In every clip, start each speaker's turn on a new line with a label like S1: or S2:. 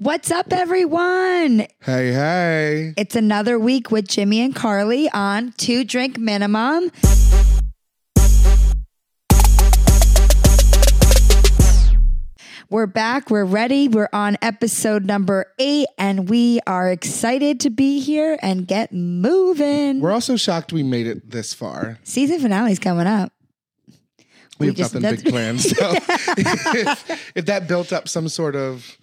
S1: What's up, everyone?
S2: Hey, hey.
S1: It's another week with Jimmy and Carly on Two Drink Minimum. We're back. We're ready. We're on episode number eight, and we are excited to be here and get moving.
S2: We're also shocked we made it this far.
S1: Season finale's coming up.
S2: We,
S1: We
S2: have
S1: just-
S2: nothing big planned.
S1: that's-
S2: So if, if that built up some sort of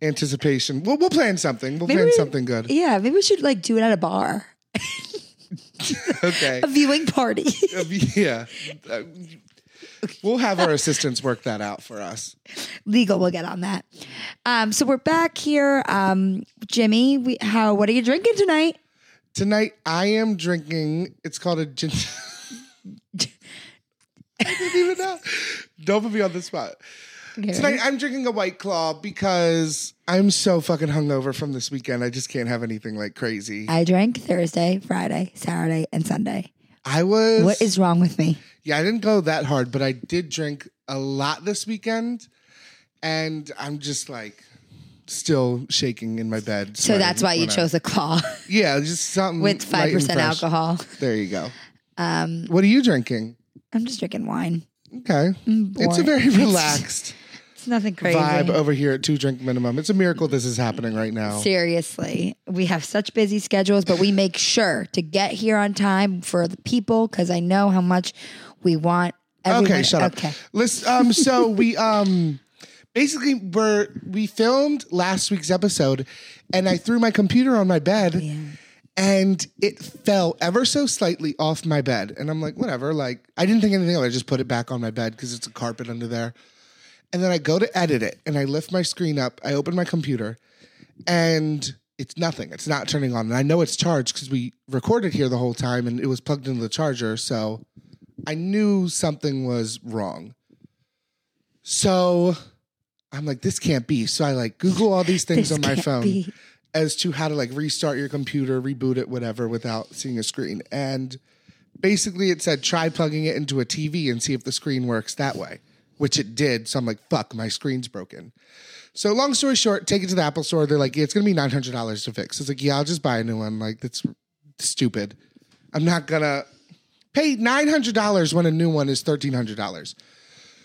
S2: anticipation, we'll, we'll plan something. We'll
S1: Maybe
S2: plan
S1: we-
S2: something good.
S1: Yeah, maybe we should like do it at a bar,
S2: Okay.
S1: a viewing party.
S2: Uh, yeah. Uh, We'll have our assistants work that out for us.
S1: Legal will get on that. Um, so we're back here. Um, Jimmy, we, how? What are you drinking tonight?
S2: Tonight, I am drinking, it's called a gin. I didn't even know. Don't put me on the spot. Tonight I'm drinking a White Claw because I'm so fucking hungover from this weekend. I just can't have anything like crazy.
S1: I drank Thursday, Friday, Saturday, and Sunday.
S2: I was
S1: What is wrong with me?
S2: yeah, I didn't go that hard, but I did drink a lot this weekend, and I'm just like still shaking in my bed.
S1: So that's why you
S2: when I-
S1: chose a claw
S2: yeah, just something
S1: with
S2: light
S1: five
S2: and
S1: percent
S2: fresh.
S1: alcohol.
S2: There you go. Um, what are you drinking?
S1: I'm just drinking wine.
S2: Okay, it's a
S1: boring.
S2: very relaxed
S1: It's nothing crazy.
S2: vibe over here at Two Drink Minimum. It's a miracle this is happening right now.
S1: Seriously, we have such busy schedules, but we make sure to get here on time for the people because I know how much we want. Everyone.
S2: Okay, shut up.
S1: Okay.
S2: Listen, um, so we um basically were we filmed last week's episode and I threw my computer on my bed and it fell ever so slightly off my bed. And I'm like, whatever, like I didn't think anything of it. I just put it back on my bed because it's a carpet under there. And then I go to edit it and I lift my screen up, I open my computer, and it's nothing. It's not turning on. And I know it's charged because we recorded here the whole time and it was plugged into the charger. So I knew something was wrong. So I'm like, this can't be. So I like Google all these things
S1: This
S2: on my
S1: can't
S2: phone
S1: be.
S2: as to how to like restart your computer, reboot it, whatever, without seeing a screen. And basically it said try plugging it into a TV and see if the screen works that way, which it did. So I'm like, fuck, my screen's broken. So long story short, take it to the Apple store. They're like, yeah, it's gonna be nine hundred dollars to fix. It's like, yeah, I'll just buy a new one. Like that's stupid. I'm not gonna pay nine hundred dollars when a new one is thirteen hundred dollars.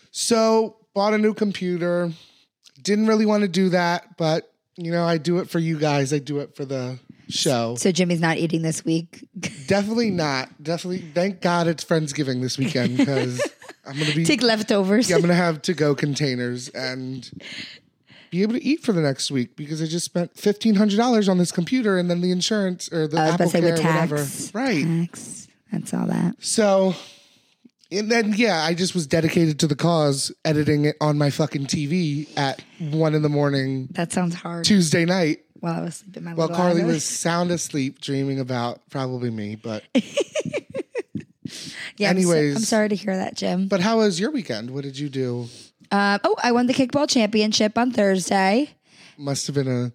S2: So bought a new computer. Didn't really want to do that, but you know, I do it for you guys. I do it for the show.
S1: So Jimmy's not eating this week.
S2: Definitely not. Definitely. Thank God it's Friendsgiving this weekend because I'm gonna be
S1: Take leftovers.
S2: yeah, I'm gonna have to go containers and be able to eat for the next week because I just spent fifteen hundred dollars on this computer and then the insurance or the
S1: I was about
S2: Apple
S1: to say
S2: Care,
S1: with tax, Mm-hmm.
S2: whatever. Right.
S1: Tax. That's all that.
S2: So, and then yeah, I just was dedicated to the cause, editing it on my fucking TV at one in the morning
S1: That sounds hard.
S2: Tuesday night
S1: While I was sleeping, my
S2: while
S1: little
S2: Carly
S1: eyes.
S2: was sound asleep dreaming about probably me. But
S1: Yeah, I'm so-
S2: anyways.
S1: I'm, sorry to hear that, Jim.
S2: but how was your weekend? What did you do?
S1: Um, oh, I won the kickball championship on Thursday.
S2: Must have been a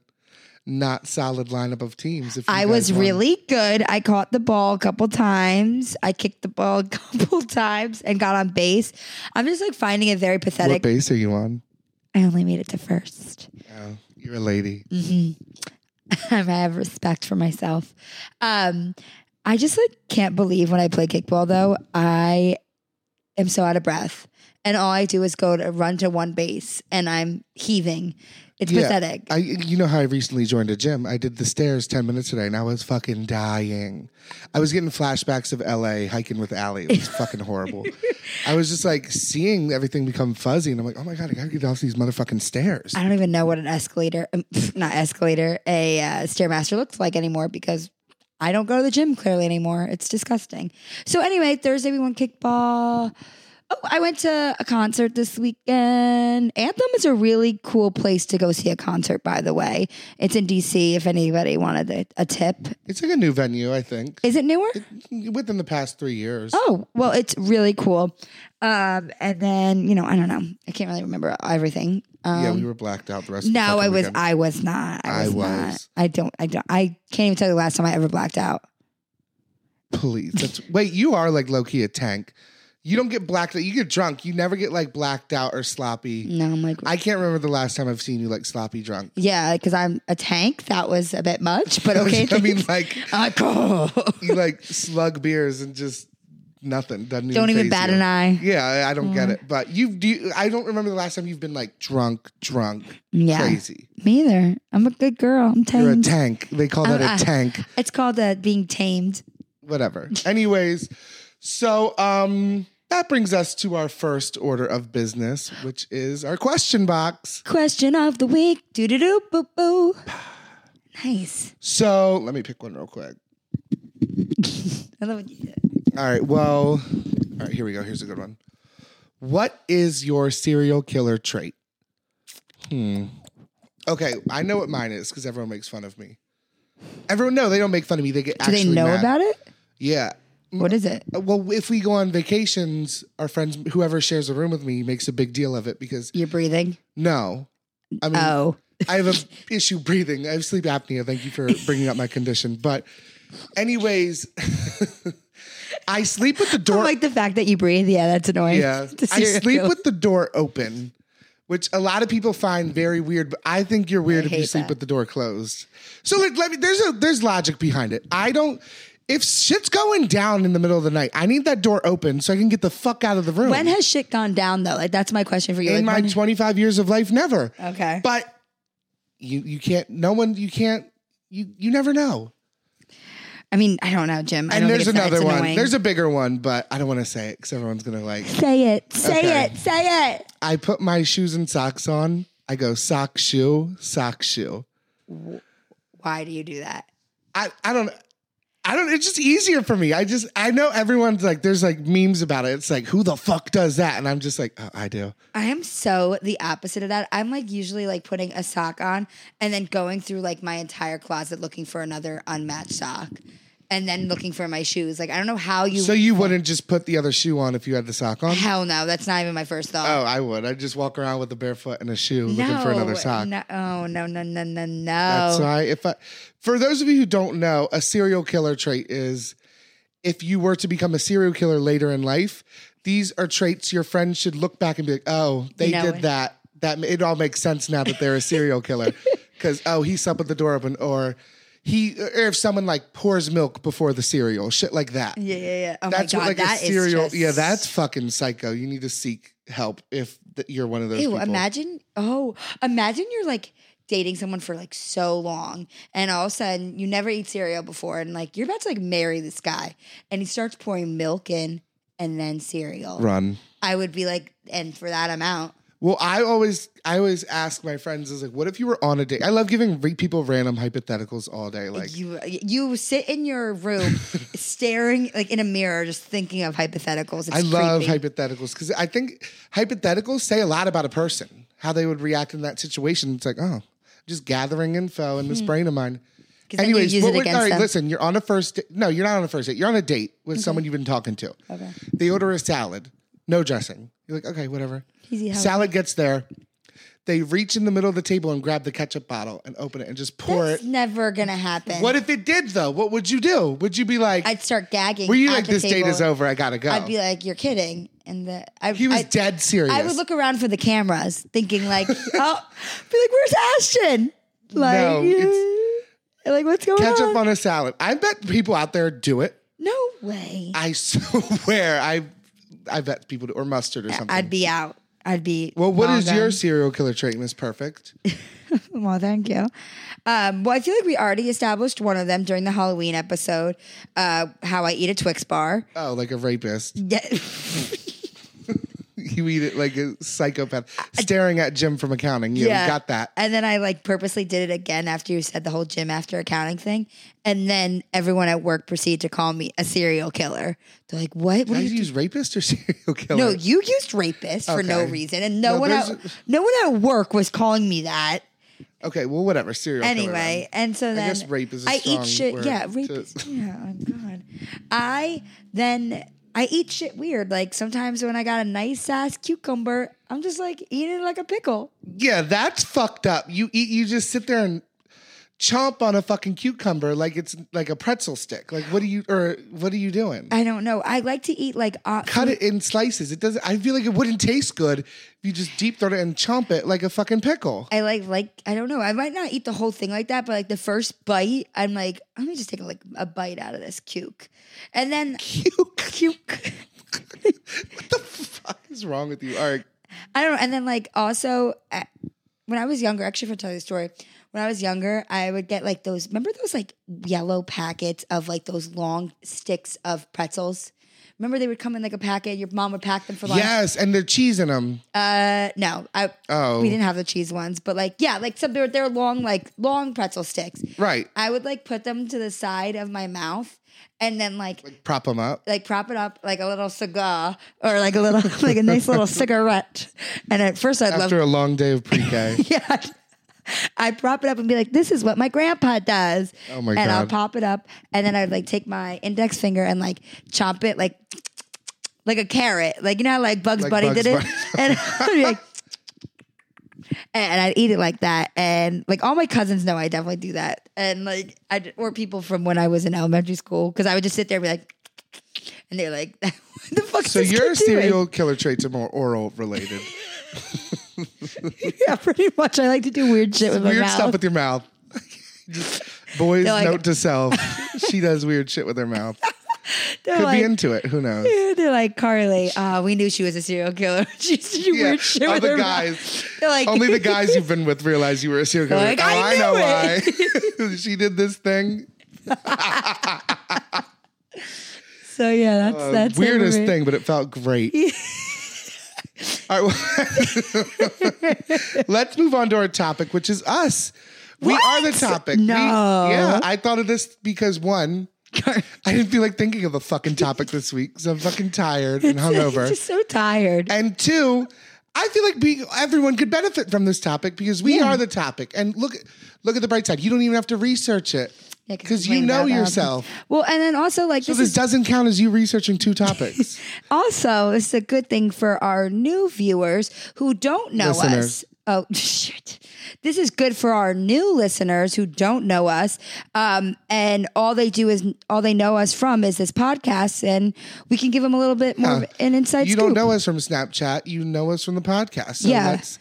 S2: not solid lineup of teams. If you
S1: I
S2: guys
S1: was
S2: won.
S1: really good. I caught the ball a couple times. I kicked the ball a couple times and got on base. I'm just like finding it very
S2: What
S1: pathetic.
S2: base are you on?
S1: I only made it to first.
S2: Oh, you're a lady.
S1: I have respect for myself. Um, I just like can't believe when I play kickball though. I am so out of breath, and all I do is go to run to one base, and I'm heaving. It's
S2: Yeah.
S1: pathetic.
S2: I, you know how I recently joined a gym. I did the stairs ten minutes today, and I was fucking dying. I was getting flashbacks of L.A. hiking with Allie. It was fucking horrible. I was just like seeing everything become fuzzy, and I'm like, oh my god, I gotta get off these motherfucking stairs.
S1: I don't even know what an escalator, um, not escalator, a uh, stairmaster looks like anymore because I don't go to the gym clearly anymore. It's disgusting. So anyway, Thursday we went kickball. Oh, I went to a concert this weekend. Anthem is a really cool place to go see a concert. By the way, it's in DC. If anybody wanted a, a tip,
S2: It's like a new venue, I think,
S1: is it newer?
S2: within the past three years.
S1: Oh, well, it's really cool. Um, and then you know, I don't know. I can't really remember everything. Um,
S2: yeah, we were blacked out the rest. of
S1: No,
S2: the
S1: I
S2: fucking
S1: was.
S2: weekend.
S1: I was not. I
S2: I
S1: was. Not.
S2: was.
S1: I don't. I don't. I can't even tell you the last time I ever blacked out.
S2: Please, that's, wait. You are like low key a tank. You don't get blacked out. You get drunk. You never get like blacked out or sloppy.
S1: No, I'm like,
S2: I can't remember the last time I've seen you like sloppy drunk.
S1: yeah, because I'm a tank. That was a bit much, but okay. "Oh."
S2: I mean,
S1: thanks.
S2: like
S1: alcohol.
S2: you like slug beers and just nothing. Doesn't
S1: Don't even
S2: faze
S1: bat
S2: you.
S1: an eye. Mm-hmm.
S2: Yeah, I- I don't get it. But you do. you- I don't remember the last time you've been like drunk, drunk,
S1: Yeah,
S2: crazy.
S1: me either. I'm a good girl. I'm
S2: You're a
S1: tamed.
S2: tank. They call
S1: I'm-
S2: that a
S1: I-
S2: tank.
S1: it's called uh, being tamed.
S2: Whatever. Anyways, so um, that brings us to our first order of business, which is our question box.
S1: Question of the week. Doo doo doo boo boo. Nice.
S2: So let me pick one real quick.
S1: I love what you did.
S2: All right. Well, all right. Here we go. Here's a good one. What is your serial killer trait? Hmm. Okay, I know what mine is because everyone makes fun of me. Everyone, no, they don't make fun of me. They get
S1: Do they
S2: actually
S1: know
S2: mad.
S1: about it?
S2: Yeah.
S1: What is it?
S2: Uh, Well, if we go on vacations, our friends, whoever shares a room with me, makes a big deal of it because
S1: You're breathing.
S2: no, I mean,
S1: Oh,
S2: I have a issue breathing. I have sleep apnea. Thank you for bringing up my condition. But, anyways, I sleep with the
S1: I
S2: door
S1: like the fact that you breathe. Yeah, that's annoying.
S2: yeah.
S1: Oh The
S2: I
S1: serial
S2: sleep
S1: killer.
S2: with the door open, which a lot of people find very weird, but I think you're weird
S1: I
S2: if you
S1: hate
S2: sleep
S1: that.
S2: with the door closed. So like, let me there's a there's logic behind it. I don't if shit's going down in the middle of the night, I need that door open so I can get the fuck out of the room.
S1: When has shit gone down though? Like that's my question for you.
S2: in
S1: Like,
S2: my
S1: when-
S2: 25 years of life never.
S1: okay.
S2: But you you can't no one you can't you you never know.
S1: I mean, I don't know, Jim. I
S2: And
S1: don't
S2: there's
S1: think it's that-
S2: another
S1: it's
S2: one.
S1: annoying.
S2: There's a bigger one, but I don't want to say it cuz everyone's going to like
S1: say it. Say
S2: Okay.
S1: it. Say it.
S2: I put my shoes and socks on. I go sock shoe, sock shoe.
S1: Why do you do that?
S2: I, I don't I don't it's just easier for me. I just I know everyone's like there's like memes about it. It's like who the fuck does that? And I'm just like, oh, I do.
S1: I am so the opposite of that. I'm like usually like putting a sock on and then going through like my entire closet looking for another unmatched sock and then looking for my shoes. Like I don't know how you
S2: So you wouldn't just put the other shoe on if you had the sock on?
S1: Hell no, that's not even my first thought.
S2: Oh, I would. I'd just walk around with a barefoot and a shoe looking for another sock.
S1: No, oh, no, no, no, no, no.
S2: That's why if I for those of you who don't know, a serial killer trait is if you were to become a serial killer later in life, these are traits your friends should look back and be like, "Oh, they
S1: You know
S2: did
S1: it."
S2: that. That it all makes sense now that they're a serial killer." Cuz oh, he slept with the door open or he or if someone like pours milk before the cereal, shit like that.
S1: Yeah, yeah, yeah. Oh
S2: That's
S1: my god,
S2: what like
S1: that
S2: a
S1: is
S2: serial.
S1: just-
S2: yeah, that's fucking psycho. You need to seek help if th- you're one of those
S1: Ew,
S2: people.
S1: imagine oh, imagine you're like dating someone for like so long and all of a sudden you never eat cereal before and like you're about to like marry this guy and he starts pouring milk in and then cereal.
S2: Run.
S1: I would be like, and for that amount.
S2: Well, I always I always ask my friends is like, what if you were on a date? I love giving re- people random hypotheticals all day. Like,
S1: you you sit in your room staring like in a mirror just thinking of hypotheticals. It's
S2: I love
S1: creepy.
S2: hypotheticals because I think hypotheticals say a lot about a person, how they would react in that situation. It's like, oh, just gathering info in this brain of mine.
S1: Mm-hmm. 'Cause then you use it
S2: would-
S1: against them. Mm-hmm.
S2: listen, you're on a first. Di- no, you're not on a first date. You're on a date with someone you've been talking to.
S1: Okay.
S2: They order a salad, no dressing. You're like, okay, whatever.
S1: Easy help.
S2: Salad gets there. They reach in the middle of the table and grab the ketchup bottle and open it and just pour
S1: That's
S2: it.
S1: never gonna happen.
S2: What if it did though? What would you do? Would you be like,
S1: I'd start gagging.
S2: were you
S1: at
S2: like,
S1: the
S2: this date
S1: table.
S2: is over, I gotta go?
S1: I'd be like, you're kidding, and the I,
S2: he was
S1: I,
S2: dead serious.
S1: I would look around for the cameras, thinking like, oh, be like, where's Ashton? Like,
S2: No, it's-
S1: like what's going
S2: ketchup
S1: on?
S2: on a salad. I bet people out there do it.
S1: no way.
S2: I swear, I, I bet people do, or mustard or something.
S1: I'd be out. I'd be
S2: well, what
S1: long
S2: is
S1: gone.
S2: your serial killer trait, Miss Perfect?
S1: Well, thank you. Um, well, I feel like we already established one of them during the Halloween episode. Uh, how I eat a Twix bar.
S2: Oh, like a rapist.
S1: Yeah.
S2: You eat it like a psychopath, staring at Jim from accounting. You
S1: yeah,
S2: got that.
S1: And then I like purposely did it again after you said the whole gym after accounting thing, and then everyone at work proceeded to call me a serial killer. They're like, "What? What
S2: Did I
S1: are you?"
S2: use rapist or serial killer?
S1: No, you used rapist for no
S2: Okay.
S1: reason, and no,
S2: No,
S1: one
S2: there's-
S1: at, no one at work was calling me that
S2: Okay, well, whatever. Serial killer. then.
S1: anyway. And so then
S2: guess rape is a
S1: I
S2: strong
S1: eat shit.
S2: word
S1: yeah,
S2: to-
S1: rape is. Yeah, oh god. I then I eat shit weird. Like sometimes when I got a nice ass cucumber, I'm just like eating it like a pickle.
S2: Yeah, that's fucked up. You eat. You just sit there and chomp on a fucking cucumber like it's like a pretzel stick. Like what are you or what are you doing?
S1: I don't know. I like to eat like uh,
S2: Cut it in slices. It doesn't. I feel like it wouldn't taste good if you just deep throat it and chomp it like a fucking pickle.
S1: I like like I don't know. I might not eat the whole thing like that, but like the first bite, I'm like, let me just take like a bite out of this cuke, and then cuke, cuke.
S2: What the fuck is wrong with you? All right,
S1: I don't know. And then like also uh, when I was younger, actually, if I tell you a story, when I was younger, I would get like those. Remember those like yellow packets of like those long sticks of pretzels. Remember they would come in like a packet. Your mom would pack them for lunch.
S2: yes, and they're cheese in them.
S1: Uh, no, I
S2: Oh.
S1: we didn't have the cheese ones, but like yeah, like some they're they're long like long pretzel sticks.
S2: Right,
S1: I would like put them to the side of my mouth and then like like,
S2: prop them up.
S1: prop it up like a little cigar or like a little like a nice little cigarette. And at first I'd love
S2: After a long day of pre-K,
S1: yeah. I prop it up and be like, "This is what my grandpa does."
S2: Oh my
S1: And I'll
S2: God.
S1: pop it up, and then I'd like take my index finger and like chomp it like like a carrot, like you know how like Bugs
S2: Like
S1: Bunny
S2: Bugs
S1: did it,
S2: Bunny.
S1: and I'd be like, and I'd eat it like that, and like all my cousins know I definitely do that, and like I or people from when I was in elementary school because I would just sit there and be like, and they're like, "What the fuck?" is
S2: so
S1: this
S2: your
S1: kid doing?"
S2: serial killer traits are more oral related.
S1: yeah, pretty much. I like to do weird shit with my
S2: weird
S1: mouth.
S2: stuff with your mouth. Just- boys,
S1: They're like-
S2: note to self: she does weird shit with her mouth.
S1: They're
S2: Could
S1: like-
S2: be into it. Who knows?
S1: They're like Carly. Uh, we knew she was a serial killer. she used to do
S2: Yeah,
S1: weird shit
S2: all
S1: with
S2: the
S1: her
S2: guys.
S1: mouth. They're like
S2: Only the guys you've been with realize you were a serial killer.
S1: Like,
S2: oh,
S1: I
S2: I, know
S1: knew
S2: why. she did this thing.
S1: So yeah, that's
S2: Uh,
S1: that's it
S2: weirdest
S1: for me.
S2: thing, but it felt great. All right, well, let's move on to our topic, which is us. We are the
S1: What?
S2: topic. We-
S1: No.
S2: yeah, I thought of this because one, I didn't feel like thinking of a fucking topic this week because I'm fucking tired and hungover.
S1: Just so tired.
S2: And two, I feel like being everyone could benefit from this topic because we are the topic. And look, look at the bright side. You don't even have to research it
S1: Yeah, 'cause
S2: because
S1: we
S2: you
S1: complained
S2: know
S1: about that.
S2: yourself.
S1: Well, and then also like
S2: So
S1: this
S2: this
S1: is
S2: doesn't count as you researching two topics.
S1: also this is a good thing for our new viewers who don't know us.
S2: Listeners.
S1: Oh shit! This is good for our new listeners who don't know us, um, and all they do is all they know us from is this podcast, and we can give them a little bit more of an inside.
S2: you
S1: scoop.
S2: don't know us from Snapchat. You know us from the podcast. So
S1: Yeah.
S2: let's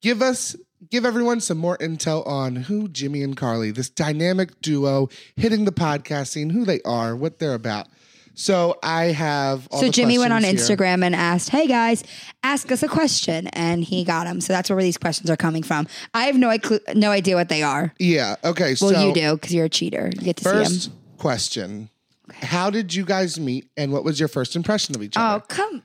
S2: give us give everyone some more intel on who Jimmy and Carly, this dynamic duo hitting the podcast scene, who they are, what they're about. So I have all
S1: So
S2: the
S1: Jimmy went on
S2: questions here.
S1: Instagram and asked, "Hey guys, ask us a question," and he got them. So that's where these questions are coming from. I have no clue, no idea what they are.
S2: Yeah. Okay.
S1: Well,
S2: so
S1: you do because you're a cheater. You get to see them.
S2: First question. How did you guys meet and what was your first impression of each
S1: Oh
S2: other?
S1: come!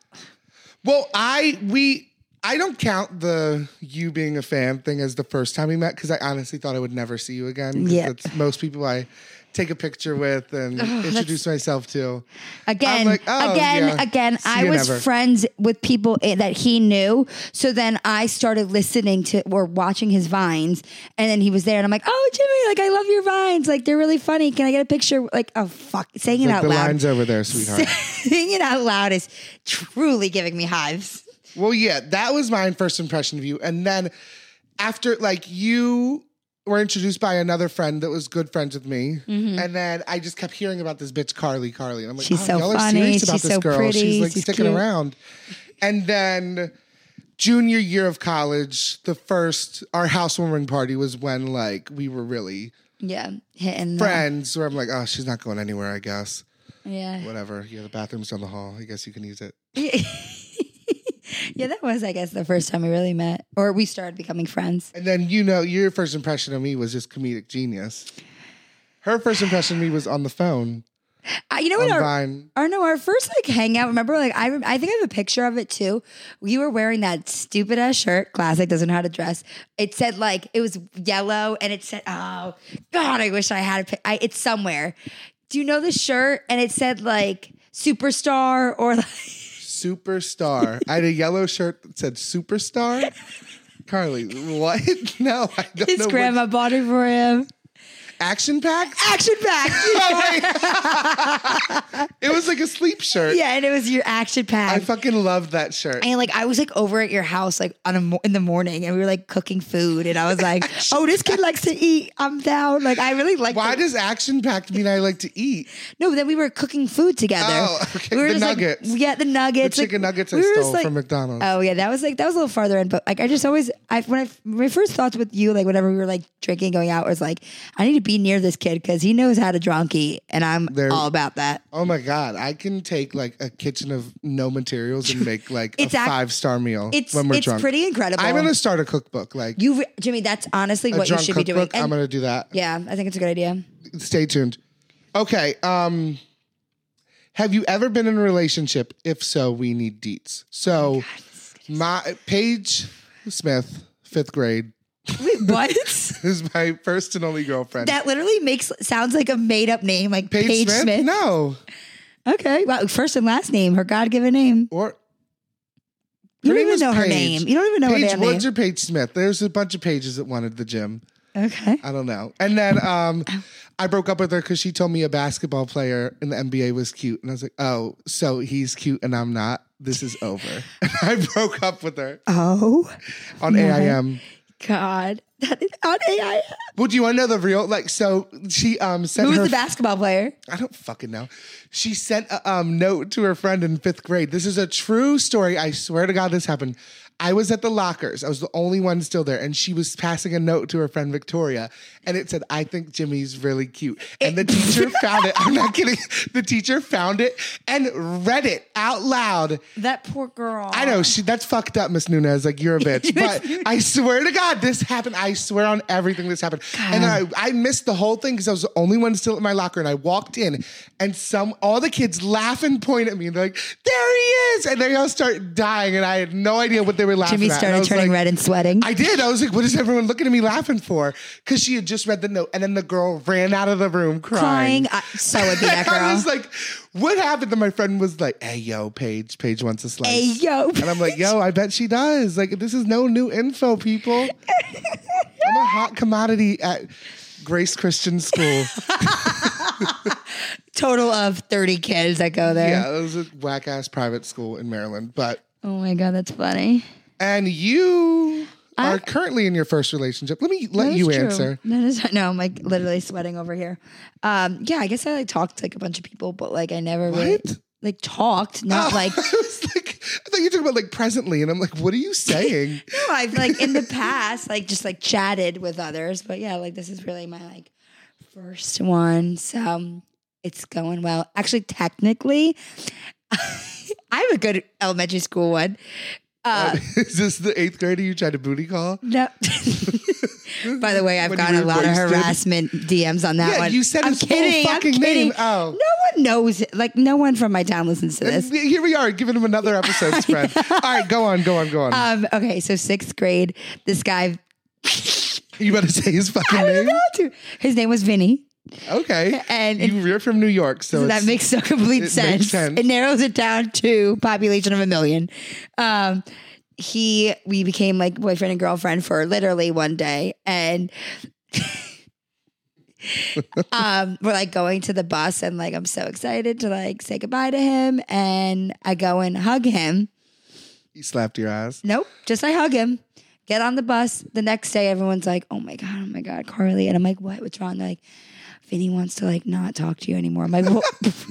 S2: Well, I we I don't count the you being a fan thing as the first time we met because I honestly thought I would never see you again. 'cause
S1: Yeah. Oh,
S2: That's most people I take a picture with and introduce myself to.
S1: Again,
S2: like, oh,
S1: again,
S2: yeah.
S1: again.
S2: See
S1: I
S2: you
S1: was
S2: never.
S1: friends with people i- that he knew. So then I started listening to or watching his vines, and then he was there, and I'm like, "Oh, Jimmy, like I love your vines. Like they're really funny. Can I get a picture? Like, oh fuck, saying it
S2: Like
S1: out
S2: the
S1: loud,
S2: lines over there, sweetheart.
S1: saying it out loud is truly giving me hives."
S2: Well, yeah, that was my first impression of you. And then after, like, you were introduced by another friend that was good friends with me. And then I just kept hearing about this bitch, Carly. Carly. And I'm like,
S1: Mm-hmm. She's
S2: oh,
S1: so
S2: y'all are
S1: funny.
S2: serious about
S1: She's
S2: this
S1: so
S2: girl.
S1: pretty.
S2: She's like
S1: She's
S2: sticking
S1: cute."
S2: around. And then junior year of college, the first, our housewarming party was when, like, we were really
S1: Yeah, hitting the-
S2: friends, where I'm like, oh, she's not going anywhere, I guess.
S1: Yeah,
S2: Whatever. Yeah, the bathroom's down the hall. I guess you can use it.
S1: yeah, that was I guess the first time we really met, or we started becoming friends.
S2: And then you know, your first impression of me was just comedic genius. Her first impression of me was on the phone
S1: Uh, you know
S2: on
S1: what? Our,
S2: Vine.
S1: our no, our first like hangout. Remember, like I, rem- I think I have a picture of it too. You were wearing that stupid ass shirt. Classic doesn't know how to dress. It said like it was yellow, and it said, "Oh God, I wish I had a pic." I, it's somewhere. Do you know the shirt? And it said like superstar or like.
S2: Superstar. I had a yellow shirt that said superstar. Carly, what? No, I don't
S1: His
S2: know. what-
S1: grandma bought it for him.
S2: action packed.
S1: Action packed.
S2: It was like a sleep shirt.
S1: yeah, and it was your action
S2: I
S1: packed.
S2: fucking loved that shirt.
S1: and like I was like over at your house like on a mo- in the morning, and we were like cooking food, and I was like, "Oh, this kid likes to eat. I'm down." Like I really like.
S2: Why
S1: the-
S2: does action packed mean I like to eat?
S1: No, but then we were cooking food together.
S2: Oh, okay.
S1: We were
S2: The
S1: just, like,
S2: nuggets.
S1: yeah, the nuggets. like,
S2: chicken nuggets I
S1: we were just,
S2: stole from McDonald's.
S1: Oh yeah, that was like that was a little farther in, but like I just always I when I my first thoughts with you like whenever we were like drinking going out was like I need to be near this kid because he knows how to drunky and I'm
S2: There-
S1: all about that.
S2: Oh my god, I can take like a kitchen of no materials and make like
S1: It's
S2: a
S1: ac-
S2: five star meal
S1: It's
S2: when we're
S1: it's
S2: drunk.
S1: pretty incredible.
S2: I'm gonna start a cookbook, like
S1: you re- Jimmy, that's honestly
S2: a
S1: what you
S2: drunk
S1: should be
S2: cookbook.
S1: doing.
S2: I'm
S1: And-
S2: gonna do that.
S1: yeah, I think it's a good idea.
S2: Stay tuned. Okay. Um, have you ever been in a relationship? If so, we need deets.
S1: Oh
S2: So, my Paige Smith, fifth grade,
S1: Wait, what?
S2: is my first and only girlfriend.
S1: that literally makes sounds like a made up name like
S2: Paige,
S1: Paige, Smith.
S2: No,
S1: Okay, wow, first and last name, her God given name.
S2: or
S1: You don't
S2: Her name
S1: even
S2: is
S1: know her
S2: Paige.
S1: name. You don't even know her
S2: Paige
S1: damn name.
S2: Woods or Paige Smith. There's a bunch of pages that wanted the gym.
S1: okay.
S2: I don't know. And then um,
S1: Oh.
S2: I broke up with her because she told me a basketball player in the NBA was cute, and I was like, "Oh, so he's cute and I'm not. This is over." I broke up with her
S1: Oh
S2: on AIM.
S1: God, that is on AI.
S2: Well, do you want to know the real? Like, so she um sent
S1: Who was
S2: her.
S1: the basketball player?
S2: I don't fucking know. She sent a um, note to her friend in fifth grade. This is a true story. I swear to God, this happened. I was at the lockers. I was the only one still there, and she was passing a note to her friend Victoria, and it said, "I think Jimmy's really cute." And the teacher found it. I'm not kidding. The teacher found it and read it out loud.
S1: That poor girl.
S2: I know she. That's fucked up, Miss Nunez. Like you're a bitch. But I swear to God, this happened. I swear on everything this happened. And then I, I missed the whole thing because I was the only one still at my locker. And I walked in, and some all the kids laugh and point at me. And they're like, "There he is!" And they all start dying. And I had no idea what they were laughing
S1: Jimmy
S2: at. And I
S1: started
S2: was
S1: turning
S2: like,
S1: red and sweating.
S2: I did. I was like, "What is everyone looking at me laughing for?" Because she had just read the note, and then the girl ran out of the room
S1: crying. I, so would be that
S2: I
S1: girl.
S2: was like, what happened? Then my friend was like, hey, yo, Paige, Paige wants a slice.
S1: Hey, yo.
S2: And I'm like, yo, I bet she does. Like, this is no new info, people. I'm a hot commodity at Grace Christian School.
S1: Total of 30 kids that go there.
S2: yeah, it was a whack ass private school in Maryland. But,
S1: Oh my God, that's funny.
S2: and you
S1: I-
S2: are currently in your first relationship. Let me let
S1: That is
S2: you
S1: true.
S2: answer.
S1: That is, no, I'm like literally sweating over here. Um, yeah, I guess I like talked to like a bunch of people, but like I never really
S2: What? Oh.
S1: like talked, not like
S2: I was like, I thought you were talking about like presently. And I'm like, what are you saying?
S1: No, I've like in the past, like just like chatted with others, but yeah, like this is really my like first one, so um, it's going well. Actually, technically, I have a good elementary school one. Uh,
S2: is this the eighth grader you tried to booty call?
S1: no. By the way, I've
S2: When
S1: gotten
S2: you
S1: a
S2: were
S1: lot
S2: wasted?
S1: of harassment DMs on that
S2: Yeah,
S1: one.
S2: you said
S1: I'm
S2: his full
S1: kidding, I'm
S2: fucking
S1: kidding.
S2: name.
S1: No
S2: Oh.
S1: one knows it. Like no one from my town listens to this.
S2: And Here we are, giving him another episode spread. All right, go on, go on, go on.
S1: Um, okay, so sixth grade, this guy
S2: you better say his fucking
S1: I don't
S2: name.
S1: know how to- his name was Vinny.
S2: Okay.
S1: And-
S2: you, you're from New York, so,
S1: So that
S2: it's-
S1: makes no complete
S2: it makes
S1: sense.
S2: sense.
S1: It narrows it down to population of a million. Um, he we became like boyfriend and girlfriend for literally one day, and um, we're like going to the bus, and like I'm so excited to like say goodbye to him, and I go and hug him.
S2: he slapped your ass.
S1: Nope, just I hug him. Get on the bus. The next day, everyone's like, "Oh my god, oh my god, Carly," and I'm like, "What? What's wrong?" They're like, "Vinny wants to like not talk to you anymore." I'm like, "What?"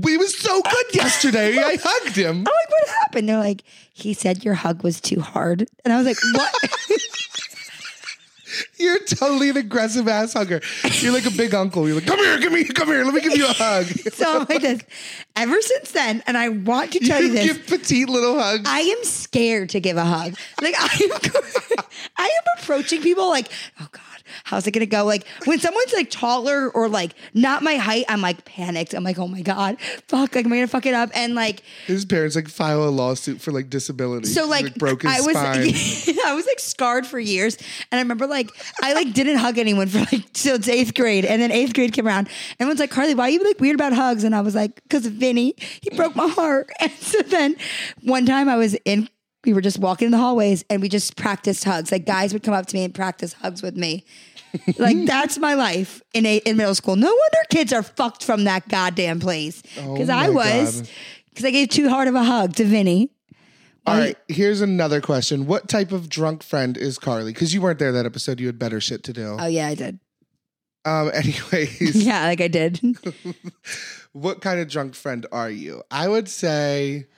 S2: We was so good yesterday. I hugged him.
S1: I'm like, what happened? They're like, he said your hug was too hard. And I was like, what?
S2: You're totally an aggressive ass hugger. You're like a big uncle. You're like, come here, give me, come here, let me give you a hug.
S1: so I'm like this. Ever since then, and I want to tell you, this,
S2: give petite little hugs.
S1: I am scared to give a hug. Like I am, I am approaching people like, oh God, how's it gonna go? Like when someone's like taller or like not my height, I'm like panicked. I'm like, oh my God, fuck, like am I gonna fuck it up? And like
S2: His parents like file a lawsuit for like disability.
S1: So
S2: He,
S1: like,
S2: broke his
S1: I was
S2: spine.
S1: I was like scarred for years, and I remember like I like didn't hug anyone for like till it's eighth grade, and then eighth grade came around. Everyone's like, Carly, why are you like weird about hugs? And I was like, because of Vinny, he broke my heart. And so then one time I was in we were just walking in the hallways and we just practiced hugs. Like guys would come up to me and practice hugs with me. like that's my life in a, in middle school. No wonder kids are fucked from that goddamn place. Because
S2: Oh
S1: I
S2: my
S1: was,
S2: God.
S1: because I gave too hard of a hug to Vinny.
S2: All right, here's another question. What type of drunk friend is Carly? Because you weren't there that episode. You had better shit to do.
S1: Oh yeah, I did.
S2: Um, anyways,
S1: Yeah, like I did.
S2: what kind of drunk friend are you? I would say,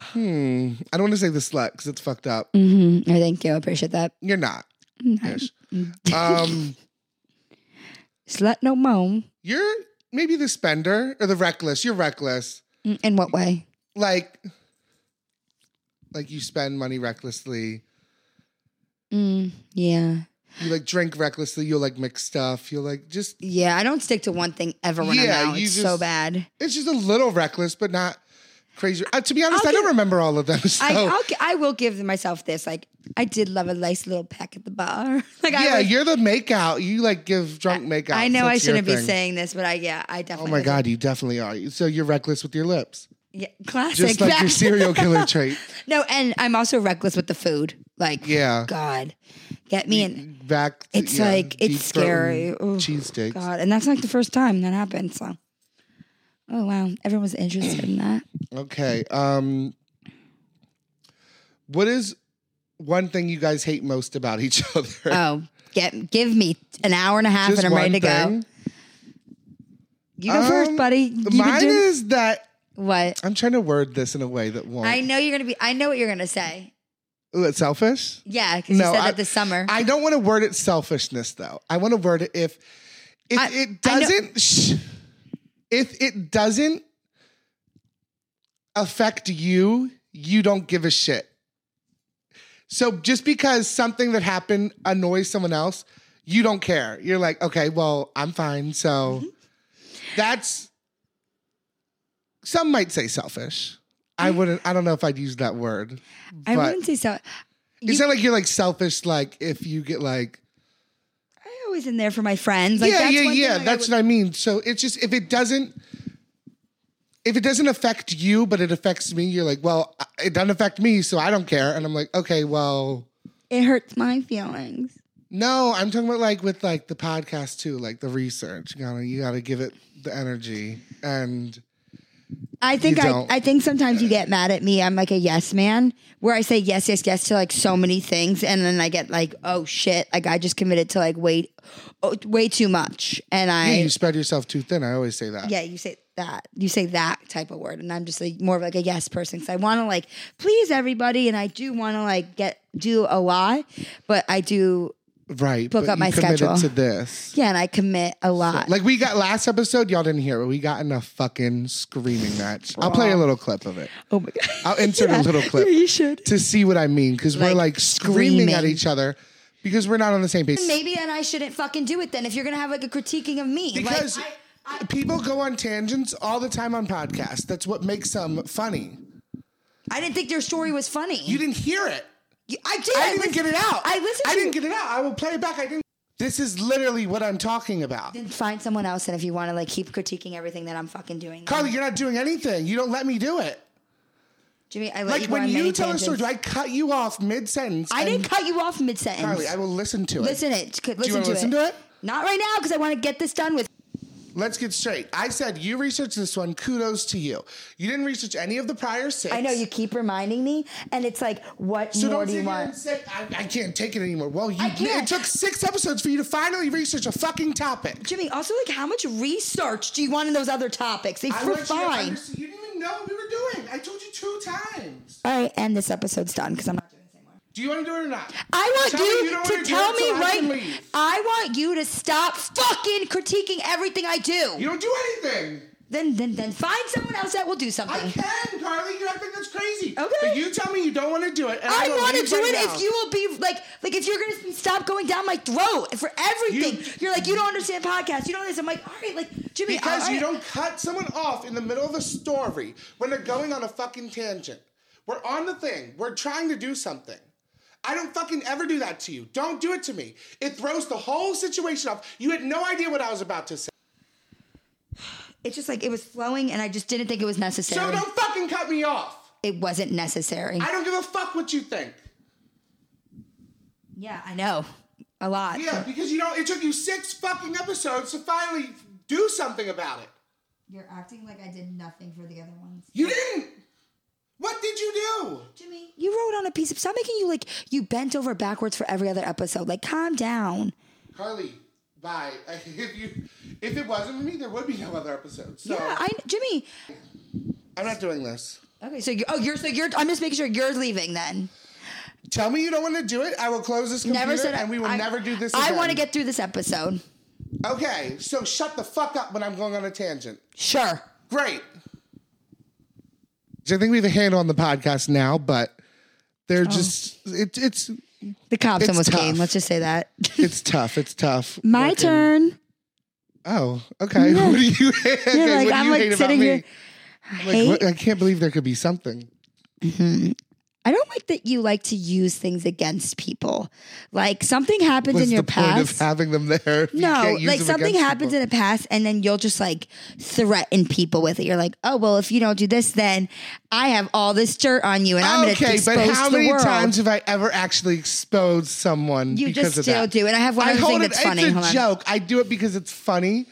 S2: hmm, I don't want to say the slut because it's fucked up.
S1: hmm I thank you. I appreciate that.
S2: You're not.
S1: Mm-hmm.
S2: Ish. Um,
S1: Slut no mom.
S2: you're maybe the spender or the reckless. You're reckless.
S1: Mm, In what way?
S2: Like, like you spend money recklessly.
S1: Mm, yeah.
S2: You like drink recklessly. You'll like mix stuff. You'll like just
S1: Yeah, I don't stick to one thing ever when
S2: Yeah,
S1: I'm out.
S2: you
S1: It's so
S2: just-
S1: bad.
S2: It's just a little reckless, but not crazy. Uh, to be honest,
S1: I'll
S2: I don't
S1: give-
S2: remember all of them. So
S1: I, I'll, gi- I will give myself this. Like, I did love a nice little peck at the bar. like, I
S2: yeah,
S1: was-
S2: you're the makeout. You like give drunk makeout.
S1: I know I
S2: That's your
S1: shouldn't be
S2: thing.
S1: saying this, but I yeah, I
S2: Oh
S1: definitely.
S2: my
S1: was a-
S2: god, you definitely are. So you're reckless with your lips,
S1: yeah, classic.
S2: just like your
S1: fact.
S2: serial killer trait.
S1: no, and I'm also reckless with the food. Like,
S2: Yeah.
S1: God, get me in.
S2: Back. to-
S1: It's
S2: yeah,
S1: like
S2: deep
S1: it's scary.
S2: throating
S1: Ooh,
S2: Cheesesteaks.
S1: God, and that's like the first time that happened. So, oh wow, everyone was interested in that.
S2: Okay. Um, what is one thing you guys hate most about each other?
S1: Oh, get give me an hour and a half, and I'm ready to go. You go first,
S2: Um,
S1: buddy. You been
S2: Mine
S1: doing-
S2: is that
S1: what?
S2: I'm trying to word this in a way that won't.
S1: I know you're gonna be. I know what you're gonna say.
S2: Ooh, it's selfish.
S1: Yeah, because
S2: No,
S1: you said
S2: I-
S1: that this summer.
S2: I don't want to word it selfishness though. I want to word it if if
S1: I-
S2: it
S1: I know-
S2: doesn't shh, if it doesn't affect you, you don't give a shit. So just because something that happened annoys someone else, you don't care. You're like, okay, well, I'm fine.
S1: Mm-hmm.
S2: So that's some might say selfish. I
S1: Mm.
S2: wouldn't. I don't know if I'd use that word.
S1: I
S2: but-
S1: wouldn't say so.
S2: it's
S1: You-
S2: not like you're like selfish. Like if you get like,
S1: I always in there for my friends. Like,
S2: yeah,
S1: that's
S2: yeah,
S1: one thing,
S2: yeah.
S1: like, I
S2: that's
S1: would-
S2: what I mean. So it's just if it doesn't, if it doesn't affect you, but it affects me, you're like, well, I- it doesn't affect me, so I don't care. And I'm like, okay, well,
S1: it hurts my feelings.
S2: no, I'm talking about like with like the podcast too, like the research. You gotta, you gotta give it the energy. And
S1: I think
S2: You
S1: I,
S2: don't.
S1: I think sometimes you get mad at me. I'm like a yes man, where I say yes, yes, yes to like so many things, and then I get like, oh shit, like I just committed to like way, oh, way too much, and I
S2: yeah, you spread yourself too thin. I always say that.
S1: yeah, you say that, you say that type of word, and I'm just like more of like a yes person because I want to like please everybody, and I do want to like get do a lot, but I do
S2: right.
S1: Book
S2: but
S1: up
S2: you
S1: my
S2: committed
S1: schedule.
S2: to this.
S1: yeah, and I commit a lot.
S2: Like we got last episode, y'all didn't hear, but we got in a fucking screaming match. I'll play a little clip of it.
S1: oh my god,
S2: I'll insert a little clip.
S1: you should.
S2: to see what I mean because we're
S1: Like,
S2: like screaming, at
S1: screaming.
S2: each other because we're not on the same page.
S1: Maybe and I shouldn't fucking do it then if you're gonna have like a critiquing of me. Like,
S2: Because people go on tangents all the time on podcasts. That's what makes them funny.
S1: I didn't think their story was funny.
S2: You didn't hear it.
S1: You- I did.
S2: I didn't even get
S1: listened-
S2: it out.
S1: I listened.
S2: I
S1: to
S2: didn't get it out. I will play it back. I didn't. This is literally what I'm talking about.
S1: Find someone else, and if you want to like keep critiquing everything that I'm fucking doing,
S2: Carly, you're not doing anything. You don't let me do it.
S1: Jimmy, I let
S2: Like
S1: you go
S2: when
S1: on
S2: you
S1: many
S2: tell
S1: tangents.
S2: a story, do I cut you off mid sentence?
S1: I didn't cut you off mid sentence.
S2: Carly, I will listen to it.
S1: listen it. c- Listen
S2: do you want
S1: to
S2: to listen
S1: it.
S2: to it?
S1: Not right now because I want to get this done with.
S2: Let's get straight. I said you researched this one. Kudos to you. You didn't research any of the prior six.
S1: I know you keep reminding me, and it's like, what
S2: So
S1: more
S2: don't
S1: do you
S2: sit here and
S1: want?
S2: say I, I can't take it anymore. Well, you
S1: I can't.
S2: it took six episodes for you to finally research a fucking topic.
S1: Jimmy, also like, how much research do you want in those other topics? They
S2: I
S1: were
S2: want you to
S1: fine.
S2: understand- You didn't even know what we were doing. I told you two times.
S1: All right, and this episode's done because I'm not doing this anymore.
S2: Do you want to do it or not?
S1: I want
S2: Tell me
S1: you,
S2: you don't
S1: to
S2: wanna do
S1: tell
S2: it
S1: me
S2: so I can
S1: right.
S2: leave.
S1: I want you to stop fucking critiquing everything I do.
S2: You don't do anything.
S1: Then, then, then find someone else that will do
S2: I
S1: something.
S2: can, Carly. You I think that's crazy.
S1: Okay.
S2: But you tell me you don't want to do it. and
S1: I
S2: will
S1: want to
S2: leave
S1: do
S2: right
S1: it
S2: now.
S1: if you will be like, like if you're gonna stop going down my throat for everything.
S2: You-
S1: You, are like, you don't understand podcasts. You don't understand. I'm like, all right, like Jimmy,
S2: Because
S1: all
S2: you
S1: right.
S2: don't cut someone off in the middle of a story when they're going on a fucking tangent. We're on the thing. We're trying to do something. I don't fucking ever do that to you. Don't do it to me. It throws the whole situation off. You had no idea what I was about to say.
S1: It's just like it was flowing, and I just didn't think it was necessary.
S2: So don't fucking cut me off.
S1: it wasn't necessary.
S2: I don't give a fuck what you think.
S1: yeah, I know. A lot.
S2: Yeah, because you know it took you six fucking episodes to finally do something about it.
S1: You're acting like I did nothing for the other ones.
S2: You didn't. What did you do?
S1: Jimmy, you wrote on a piece of stop making you like you bent over backwards for every other episode. Like calm down.
S2: Carly, bye. If you, if it wasn't for me, there would be no other episodes. So
S1: Yeah, I Jimmy.
S2: I'm not doing this.
S1: Okay, so you oh you're so you're I'm just making sure you're leaving then.
S2: Tell me you don't want to do it. I will close this computer,
S1: Never said
S2: and we will
S1: I-
S2: never do this.
S1: I
S2: again.
S1: want to get through this episode.
S2: Okay, so shut the fuck up when I'm going on a tangent.
S1: Sure.
S2: Great. So I think we have a handle on the podcast now, but
S1: Oh.
S2: they're just it, it's
S1: The cops
S2: It's
S1: almost
S2: tough.
S1: came. Let's just say that.
S2: it's tough. It's tough.
S1: My
S2: Working-
S1: turn.
S2: Oh, okay. What do you? okay,
S1: like,
S2: what do
S1: I'm,
S2: you
S1: like,
S2: hate about
S1: sitting
S2: me?
S1: here-
S2: Like,
S1: hate-
S2: what- I can't believe there could be something.
S1: I don't like that you like to use things against people. Like something happens
S2: What's
S1: in your
S2: the
S1: past.
S2: point of having them there? if you
S1: No,
S2: can't use
S1: like
S2: them
S1: something
S2: against
S1: happens
S2: people?
S1: in the past, and then you'll just like threaten people with it. You're like, oh well, if you don't do this, then I have all this dirt on you, and I'm going to
S2: okay,
S1: expose
S2: but how
S1: the
S2: many
S1: world.
S2: times have I ever actually exposed someone?
S1: you
S2: because
S1: just
S2: of
S1: still
S2: that?
S1: do, and I have one
S2: I
S1: other
S2: hold
S1: thing
S2: it.
S1: that's funny.
S2: It's
S1: Hold
S2: a
S1: on.
S2: joke. I do it because it's funny,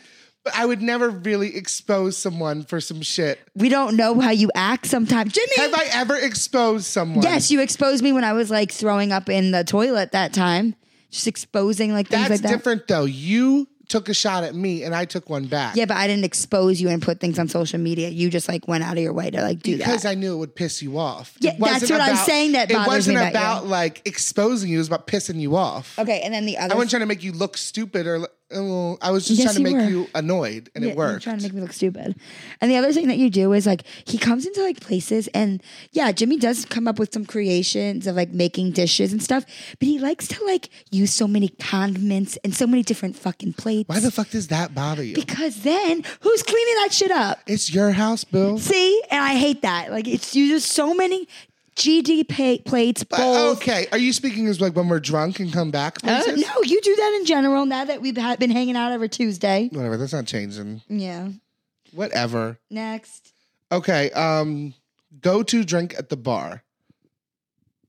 S2: but I would never really expose someone for some shit.
S1: We don't know how you act sometimes, Jimmy.
S2: Have I ever exposed someone?
S1: yes, you exposed me when I was like throwing up in the toilet that time, just exposing like things
S2: that's
S1: like that.
S2: different though. You took a shot at me, and I took one back.
S1: Yeah, but I didn't expose you and put things on social media. You just like went out of your way to like do
S2: because
S1: that.
S2: I knew it would piss you off.
S1: Yeah,
S2: It
S1: that's
S2: wasn't
S1: what I'm
S2: about-
S1: saying that
S2: it
S1: bothers me
S2: wasn't
S1: about you.
S2: about like exposing you. It was about pissing you off.
S1: okay, and then the other
S2: I wasn't trying to make you look stupid, or oh, I was just
S1: Yes,
S2: trying to
S1: you
S2: make
S1: were.
S2: you annoyed, and
S1: Yeah,
S2: it
S1: you're
S2: worked.
S1: trying to make me look stupid. And the other thing that you do is like he comes into like places and yeah, Jimmy does come up with some creations of like making dishes and stuff, but he likes to like use so many condiments and so many different fucking plates.
S2: Why the fuck does that bother you?
S1: because then who's cleaning that shit up?
S2: it's your house, Bill.
S1: See? And I hate that. Like it's you just so many GD pa- plates,
S2: But,
S1: bowls.
S2: Uh, okay, are you speaking as like when we're drunk and come back?
S1: Uh,
S2: places?
S1: no, you do that in general now that we've ha- been hanging out every Tuesday.
S2: Whatever, that's not changing.
S1: Yeah.
S2: Whatever.
S1: Next.
S2: Okay, um, go to drink at the bar.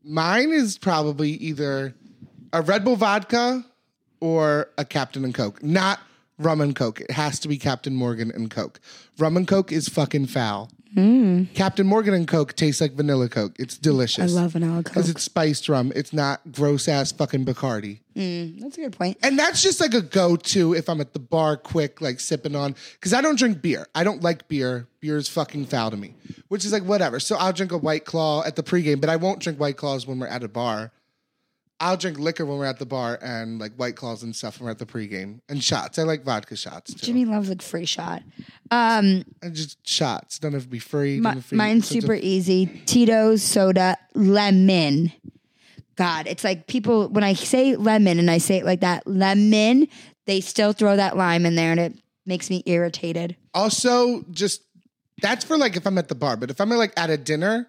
S2: Mine is probably either a Red Bull vodka or a Captain and Coke. Not rum and Coke. It has to be Captain Morgan and Coke. Rum and Coke is fucking foul. Captain Morgan and Coke tastes like vanilla Coke. It's
S1: Mm. I
S2: delicious.
S1: love an alcohol.
S2: because it's spiced rum. It's not gross ass fucking Bacardi.
S1: That's a good point.
S2: And that's just like a go to if I'm at the bar quick, like sipping on, because I don't drink beer. I don't like beer. Beer is fucking foul to me, which is like whatever. So I'll drink a White Claw at the pregame, but I won't drink White Claws when we're at a bar. I'll drink liquor when we're at the bar and like White Claws and stuff when we're at the pregame and shots. I like vodka shots too.
S1: Jimmy loves like free shot. Um,
S2: And just shots. Don't have to be free. don't
S1: mi-
S2: have to be-
S1: mine's
S2: so don't-
S1: super easy. Tito's soda lemon. God, it's like people when I say lemon and I say it like that lemon, they still throw that lime in there and it makes me irritated.
S2: Also, just that's for like if I'm at the bar, but if I'm like at a dinner,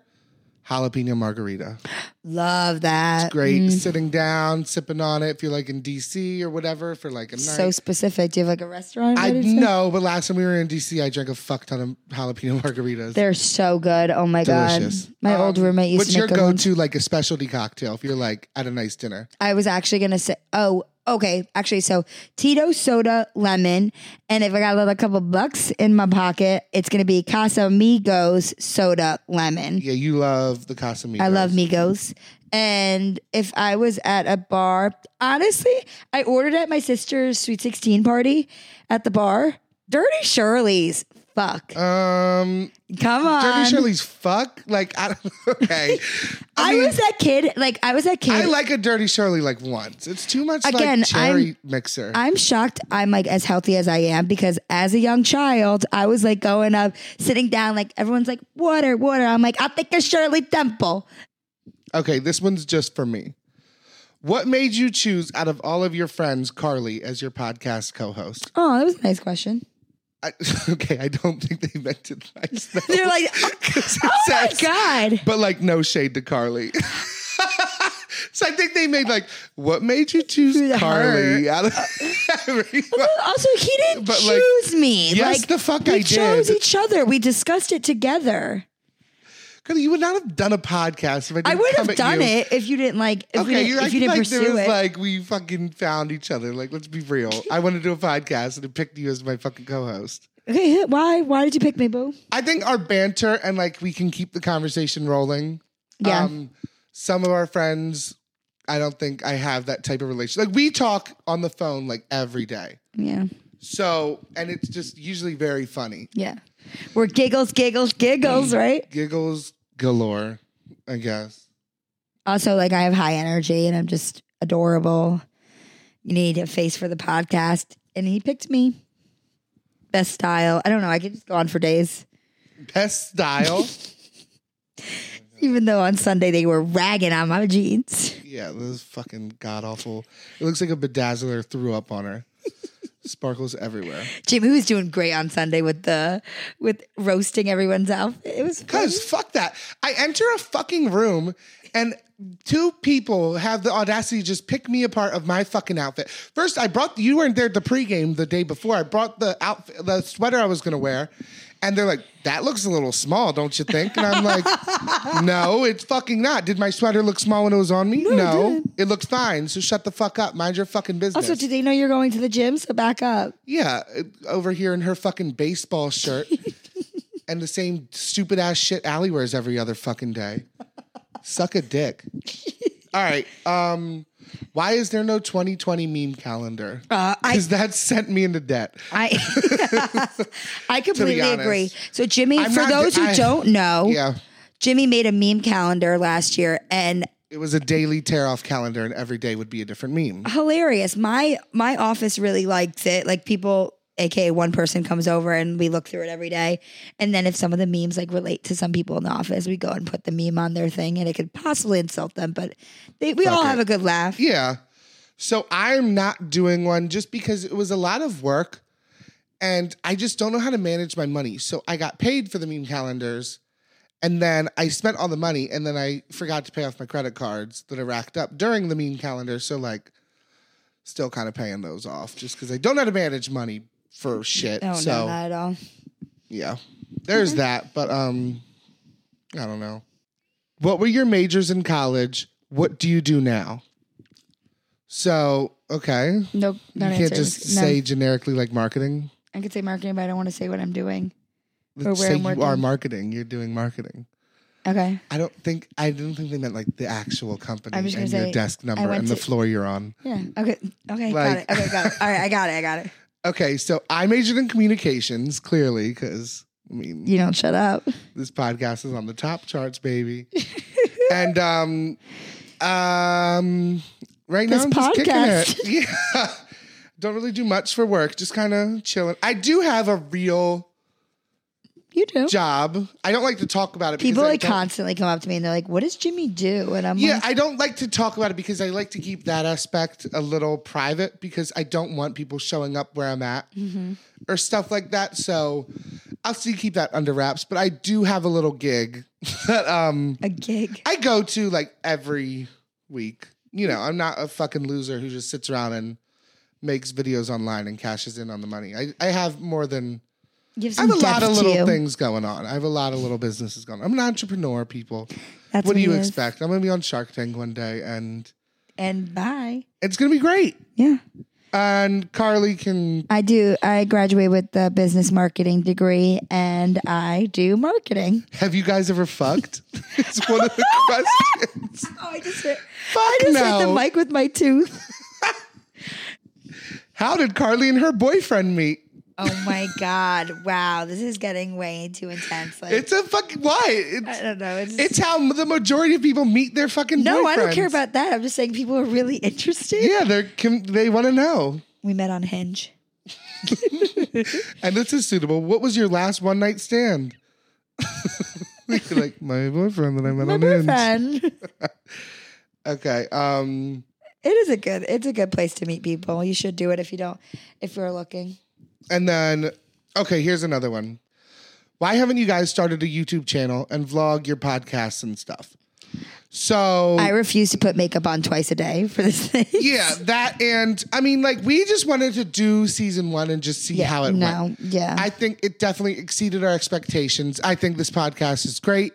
S2: jalapeno margarita.
S1: Love that.
S2: Great, sitting down, sipping on it. If you're like in DC or whatever for like a night.
S1: So specific. Do you have like a restaurant?
S2: I
S1: rated so-
S2: know, but last time we were in DC, I drank a fuck ton of jalapeno margaritas.
S1: They're so good. Oh my
S2: delicious. Um,
S1: god. My old roommate used
S2: What's
S1: to
S2: your
S1: make good ones.
S2: go-to like a specialty cocktail if you're like at a nice dinner?
S1: I was actually gonna say, oh, okay, actually, so Tito soda lemon, and if I got another couple bucks in my pocket, it's gonna be Casamigos soda lemon.
S2: Yeah, you love the Casamigos.
S1: I love Migos. And if I was at a bar, honestly, I ordered at my sister's sweet sixteen party at the bar. Dirty Shirley's. Fuck.
S2: Um,
S1: Come on.
S2: Dirty Shirley's fuck. Like I don't. Okay,
S1: I,
S2: mean,
S1: was that kid. Like I was that kid.
S2: I like a Dirty Shirley like once. It's too much
S1: Again,
S2: like cherry mixer.
S1: I'm shocked I'm like as healthy as I am because as a young child, I was like going up, sitting down, like everyone's like, water, water. I'm like, I'll take a Shirley Temple.
S2: Okay, this one's just for me. What made you choose out of all of your friends Carly as your podcast co-host?
S1: Oh, that was a nice question.
S2: I, okay, I don't think they meant it nice. though.
S1: They're like, oh
S2: 'Cause it
S1: my
S2: says-
S1: God.
S2: But like, no shade to Carly. so I think they made like, what made you choose
S1: Her.
S2: Carly out of everyone?
S1: Also, he didn't
S2: But, like,
S1: choose me.
S2: yes,
S1: like,
S2: the fuck
S1: we
S2: I did.
S1: chose each other. We discussed it together.
S2: Girl, you would not have done a podcast if I didn't
S1: I would
S2: come
S1: have
S2: at
S1: done
S2: you.
S1: it if you didn't like. If we
S2: Okay,
S1: didn't,
S2: you're
S1: if you
S2: acting
S1: didn't
S2: like there
S1: pursue
S2: was
S1: it.
S2: like we fucking found each other. Like, let's be real. I want to do a podcast and it picked you as my fucking co-host.
S1: okay, why? Why did you pick me, boo?
S2: I think our banter and like we can keep the conversation rolling.
S1: Yeah.
S2: Um, some of our friends, I don't think I have that type of relation. Like we talk on the phone like every day.
S1: yeah.
S2: So, and it's just usually very funny.
S1: Yeah. We're giggles, giggles,
S2: Mm.
S1: giggles, right?
S2: Giggles galore, I guess.
S1: Also, like I have high energy and I'm just adorable. You need a face for the podcast. And he picked me. Best style. I don't know. I could just go on for days.
S2: Best style.
S1: Even though on Sunday they were ragging on my jeans.
S2: yeah, this is fucking god awful. It looks like a bedazzler threw up on her. Sparkles everywhere.
S1: Jimmy was doing great on Sunday with the with roasting everyone's outfit. It was fun.
S2: Cuz fuck that. I enter a fucking room and two people have the audacity to just pick me apart of my fucking outfit. First, I brought you weren't there at the pregame the day before. I brought the outfit the sweater I was going to wear. And they're like, that looks a little small, don't you think? And I'm like, no, it's fucking not. Did my sweater look small when it was on me? No. It looked fine. So shut the fuck up. Mind your fucking business.
S1: Also, did they know you're going to the gym? So back up.
S2: Yeah, uh, over here in her fucking baseball shirt and the same stupid ass shit Allie wears every other fucking day. Suck a dick. All right. Um, why is there no 2020 meme calendar?
S1: Uh, I-
S2: Because that sent me into debt.
S1: I I completely agree.
S2: honest.
S1: So Jimmy,
S2: I'm
S1: for
S2: not-
S1: those who
S2: I-
S1: don't know,
S2: Yeah.
S1: Jimmy made a meme calendar last year and
S2: It was a daily tear off calendar, and every day would be a different meme.
S1: hilarious. My my office really likes it. Like people aka one person comes over and we look through it every day. And then if some of the memes like relate to some people in the office, we go and put the meme on their thing and it could possibly insult them, but they, we all
S2: it.
S1: have a good laugh.
S2: Yeah. So I'm not doing one just because it was a lot of work and I just don't know how to manage my money. So I got paid for the meme calendars and then I spent all the money and then I forgot to pay off my credit cards that I racked up during the meme calendar. So like still kind of paying those off just because I don't know how to manage money for shit.
S1: Oh
S2: so
S1: no, not at all.
S2: yeah. There's that. But um I don't know. What were your majors in college? What do you do now? So, okay.
S1: Nope.
S2: You
S1: Not
S2: can't just
S1: no.
S2: say generically like marketing.
S1: I could say marketing, but I don't want to say what I'm doing.
S2: Let's
S1: where
S2: say
S1: I'm
S2: you
S1: working.
S2: are marketing. You're doing marketing.
S1: Okay.
S2: I don't think I didn't think they meant like the actual company
S1: I'm
S2: and
S1: just
S2: your
S1: gonna say,
S2: desk number
S1: went
S2: and the
S1: to-
S2: floor you're on.
S1: Yeah. Okay. Okay.
S2: Like-
S1: got it. Okay. Got it. All right. I got it. I got it.
S2: Okay, so I majored in communications, clearly, because I mean
S1: You don't shut up.
S2: this podcast is on the top charts, baby. and um, um, right
S1: This
S2: now I'm just kicking
S1: podcast.
S2: it. Yeah, don't really do much for work, just kind of chilling. I do have a real
S1: You do.
S2: job. I don't like to talk about it. because
S1: People
S2: I
S1: like
S2: don't-
S1: constantly come up to me and they're like, "What does Jimmy do?" And I'm
S2: Yeah,
S1: like,
S2: I don't like to talk about it because I like to keep that aspect a little private because I don't want people showing up where I'm at
S1: Mm-hmm.
S2: or stuff like that. So I'll still keep that under wraps. But I do have a little gig that um
S1: "A gig."
S2: I go to like every week. You know, I'm not a fucking loser who just sits around and makes videos online and cashes in on the money. I, I have more than
S1: Give
S2: I have
S1: some
S2: a lot
S1: depth
S2: of
S1: to
S2: little
S1: you.
S2: things going on. I have a lot of little businesses going on. I'm an entrepreneur, people.
S1: That's
S2: what do
S1: he
S2: you
S1: is.
S2: expect? I'm gonna be on Shark Tank one day and
S1: And bye.
S2: it's gonna be great.
S1: Yeah,
S2: And Carly can
S1: I do. I graduate with a business marketing degree, and I do marketing.
S2: have you guys ever fucked? it's one of the questions.
S1: Oh, I just hit,
S2: Fuck
S1: I just hit the
S2: no.
S1: mic with my tooth.
S2: How did Carly and her boyfriend meet?
S1: Oh my god! Wow, this is getting way too intense. Like,
S2: It's a fucking why?
S1: I
S2: It's,
S1: don't know. It's,
S2: it's how the majority of people meet their fucking
S1: no, I don't care
S2: boyfriends.
S1: about that. I'm just saying people are really interested.
S2: Yeah, they're com- they want to know.
S1: We met on Hinge.
S2: And this is suitable. What was your last one night stand? You're like my boyfriend that I met
S1: My
S2: on Hinge.
S1: boyfriend.
S2: Okay. Um.
S1: It is a good. It's a good place to meet people. You should do it if you don't. If you're looking,
S2: And then, okay, here's another one. Why haven't you guys started a YouTube channel and vlog your podcasts and stuff? So
S1: I refuse to put makeup on twice a day for this thing.
S2: yeah, that and I mean, like we just wanted to do season one and just see how it
S1: no,
S2: went.
S1: yeah.
S2: I think it definitely exceeded our expectations. I think this podcast is great.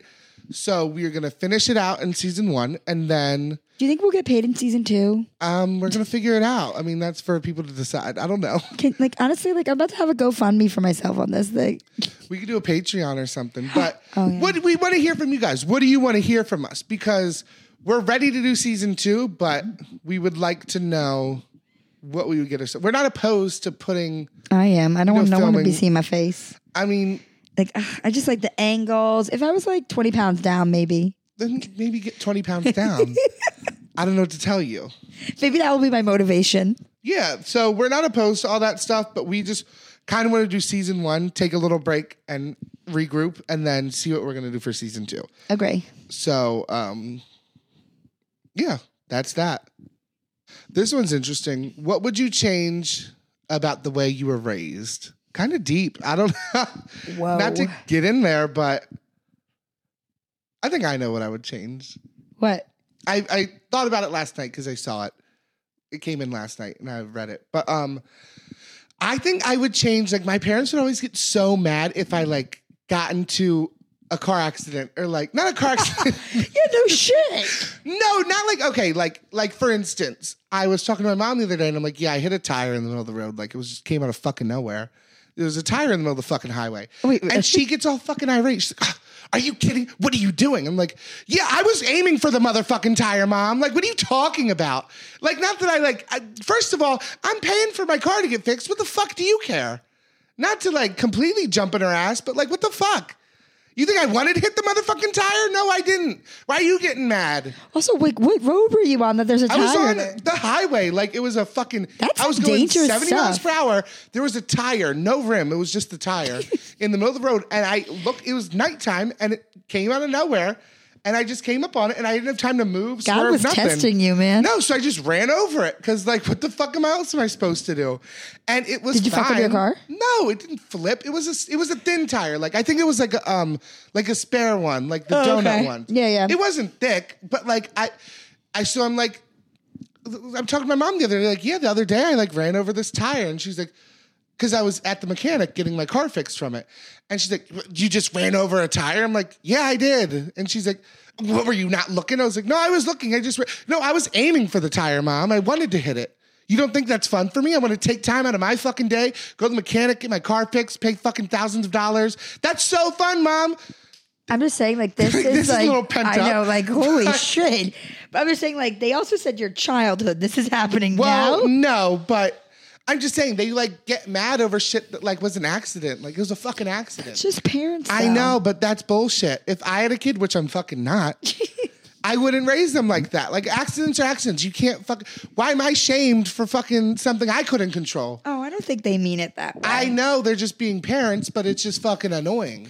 S2: So we are gonna finish it out in season one, and then
S1: Do you think we'll get paid in season two?
S2: um, we're gonna figure it out. I mean, that's for people to decide. I don't know.
S1: Can, like honestly, like I'm about to have a GoFundMe for myself on this thing.
S2: We could do a Patreon or something. But
S1: Oh, yeah.
S2: what we want to hear from you guys? What do you want to hear from us? Because we're ready to do season two, but we would like to know what we would get ourselves. We're not opposed to putting.
S1: I am. I don't want no one to be
S2: filming-
S1: seeing my face.
S2: I mean,
S1: Like ugh, I just like the angles. If I was like 20 pounds down, maybe
S2: then maybe get twenty pounds down. I don't know what to tell you.
S1: maybe that will be my motivation.
S2: Yeah, so we're not opposed to all that stuff, but we just kind of want to do season one, take a little break, and regroup, and then see what we're gonna do for season two.
S1: Agree.
S2: So, um, yeah, that's that. This one's interesting. What would you change about the way you were raised? Kind of deep. I don't know.
S1: Whoa.
S2: Not to get in there, but I think I know what I would change.
S1: What?
S2: I, I thought about it last night because I saw it. It came in last night and I read it. But um I think I would change like my parents would always get so mad if I like got into a car accident or like not a car accident.
S1: Yeah, no shit.
S2: No, not like okay, like like for instance, I was talking to my mom the other day, and I'm like, yeah, I hit a tire in the middle of the road, like it was just came out of fucking nowhere. There was a tire in the middle of the fucking highway,
S1: Wait, uh, wait.
S2: and she gets all fucking irate. She's like, "Ah, are you kidding? What are you doing? I'm like, yeah, I was aiming for the motherfucking tire, mom. Like, what are you talking about? Like, not that I like. I, first of all, I'm paying for my car to get fixed. What the fuck do you care? Not to like completely jump in her ass, but like, what the fuck? You think I wanted to hit the motherfucking tire? No, I didn't. Why are you getting mad?
S1: Also, like, what road were you on that there's a
S2: I
S1: tire?
S2: was on
S1: there?
S2: the highway like it was a fucking.
S1: That's
S2: I was going
S1: dangerous
S2: seventy miles
S1: stuff.
S2: per hour. There was a tire, no rim. It was just the tire in the middle of the road, and I look. It was nighttime, and it came out of nowhere, and I just came up on it, and I didn't have time to move.
S1: God
S2: swerve,
S1: was
S2: nothing.
S1: testing you, man.
S2: No, so I just ran over it because, like, what the fuck am I else am I supposed to do? And it was.
S1: Did you fuck up your
S2: fine.
S1: car?
S2: No, it didn't flip. It was a it was a thin tire. Like I think it was like a um like a spare one, like the
S1: Oh,
S2: donut
S1: okay.
S2: one.
S1: Yeah, yeah.
S2: It wasn't thick, but like I, I so I'm like, I'm talking to my mom the other day. Like, yeah, the other day I like ran over this tire, and she's like, because I was at the mechanic getting my car fixed from it, and she's like, you just ran over a tire. I'm like, yeah, I did, and she's like. What were you not looking? I was like, no, I was looking. I just, ra- no, I was aiming for the tire, mom. I wanted to hit it. You don't think that's fun for me? I want to take time out of my fucking day, go to the mechanic, get my car fixed, pay fucking thousands of dollars. That's so fun, mom.
S1: I'm just saying, like this,
S2: Like,
S1: is
S2: this is a
S1: like
S2: little pent
S1: I know,
S2: up.
S1: like holy shit. But I'm just saying, like they also said your childhood. This is happening
S2: Well,
S1: now.
S2: no, but I'm just saying they like get mad over shit that like was an accident. Like it was a fucking accident.
S1: It's just parents.
S2: I
S1: though.
S2: know, but that's bullshit. If I had a kid, which I'm fucking not, I wouldn't raise them like that. Like accidents are accidents. You can't fuck. Why am I shamed for fucking something I couldn't control?
S1: Oh, I don't think they mean it that way.
S2: I know they're just being parents, but it's just fucking annoying.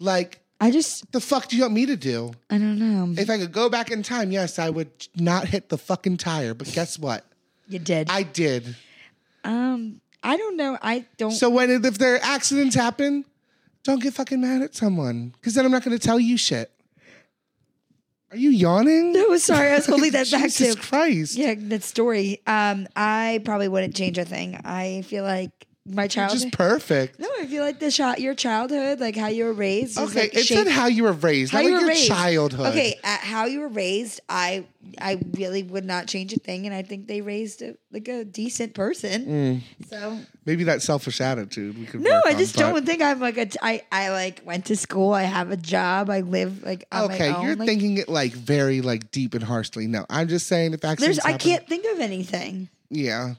S2: Like
S1: I just,
S2: the fuck do you want me to do?
S1: I don't know.
S2: If I could go back in time, yes, I would not hit the fucking tire. But guess what?
S1: you did. I,
S2: I did.
S1: um, I don't know. I don't.
S2: So when if there accidents happen, don't get fucking mad at someone because then I'm not going to tell you shit. Are you yawning?
S1: no, sorry, I was holding that back
S2: Jesus
S1: too.
S2: Christ!
S1: Yeah, that story. Um, I probably wouldn't change a thing. I feel like my
S2: You're
S1: childhood.
S2: just perfect.
S1: no, I feel like the shot your childhood, like how you were raised. is,
S2: okay,
S1: like,
S2: it said
S1: shaped-
S2: how you were raised,
S1: how
S2: not
S1: you
S2: like
S1: were
S2: your
S1: raised.
S2: childhood.
S1: Okay, at how you were raised, I I really would not change a thing, and I think they raised a, like a decent person.
S2: Mm.
S1: So
S2: maybe that selfish attitude we could.
S1: no,
S2: work
S1: I
S2: on,
S1: just
S2: but-
S1: don't think I'm like a t- I I like went to school. I have a job. I live like on
S2: Okay,
S1: My own.
S2: you're
S1: like,
S2: thinking it like very like deep and harshly. No, I'm just saying if accidents.
S1: There's I
S2: happen-
S1: can't think of anything
S2: Yeah,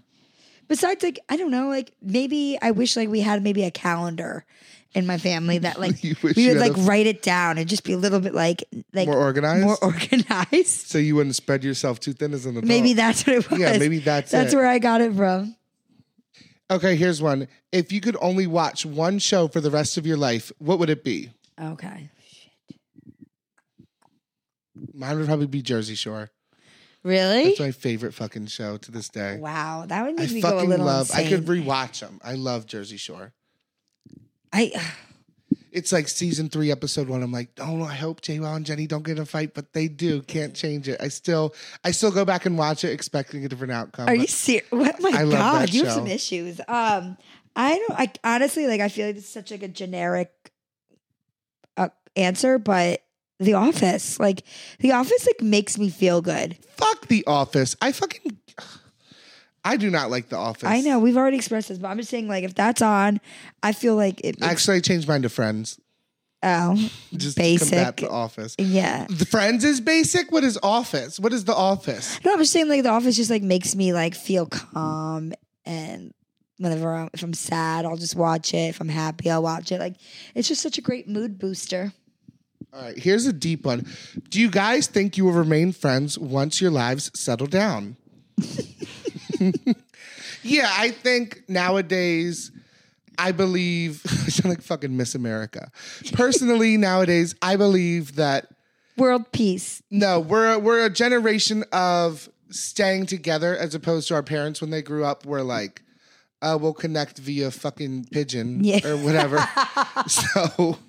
S1: besides like I don't know like maybe I wish like we had maybe a calendar in my family that like
S2: You
S1: we
S2: wish
S1: would
S2: you had
S1: like
S2: a-
S1: write it down and just be a little bit like like
S2: more organized.
S1: more organized.
S2: so you wouldn't spread yourself too thin as an adult.
S1: Maybe that's what it was.
S2: Yeah, maybe that's
S1: that's
S2: it.
S1: where I got it from.
S2: Okay, here's one. If you could only watch one show for the rest of your life, what would it be?
S1: Okay.
S2: Mine would probably be Jersey Shore.
S1: Really?
S2: It's my favorite fucking show to this day.
S1: Wow, that would
S2: I
S1: make me go a
S2: fucking
S1: little
S2: love.
S1: insane.
S2: I could rewatch them. I love Jersey Shore.
S1: I
S2: It's like season three, episode one. I'm like, oh, I hope JWoww and Jenny don't get in a fight, but they do. Can't change it. I still, I still go back and watch it, expecting a different outcome.
S1: are you
S2: but
S1: serious? What Oh my
S2: I love
S1: god,
S2: that
S1: you have some
S2: show.
S1: issues. Um, I don't. I honestly like. I feel like it's such like a generic uh, answer, but The Office. Like The Office like makes me feel good.
S2: Fuck The Office. I fucking. I do not like The Office.
S1: I know we've already expressed this, but I'm just saying like if that's on, I feel like it. Makes,
S2: Actually, I changed mine to Friends.
S1: oh,
S2: Just
S1: Basic.
S2: to combat The Office.
S1: yeah.
S2: The Friends is basic. What is Office? What is The Office?
S1: No, I'm just saying like The Office just like makes me like feel calm and whenever I'm, if I'm sad, I'll just watch it. If I'm happy, I'll watch it. Like it's just such a great mood booster.
S2: All right, here's a deep one. Do you guys think you will remain friends once your lives settle down? yeah, I think nowadays, I believe, I sound like fucking Miss America. Personally, nowadays, I believe that
S1: World peace.
S2: No, we're we're a generation of staying together as opposed to our parents when they grew up were like, uh, we'll connect via fucking pigeon
S1: Yeah.
S2: or whatever. so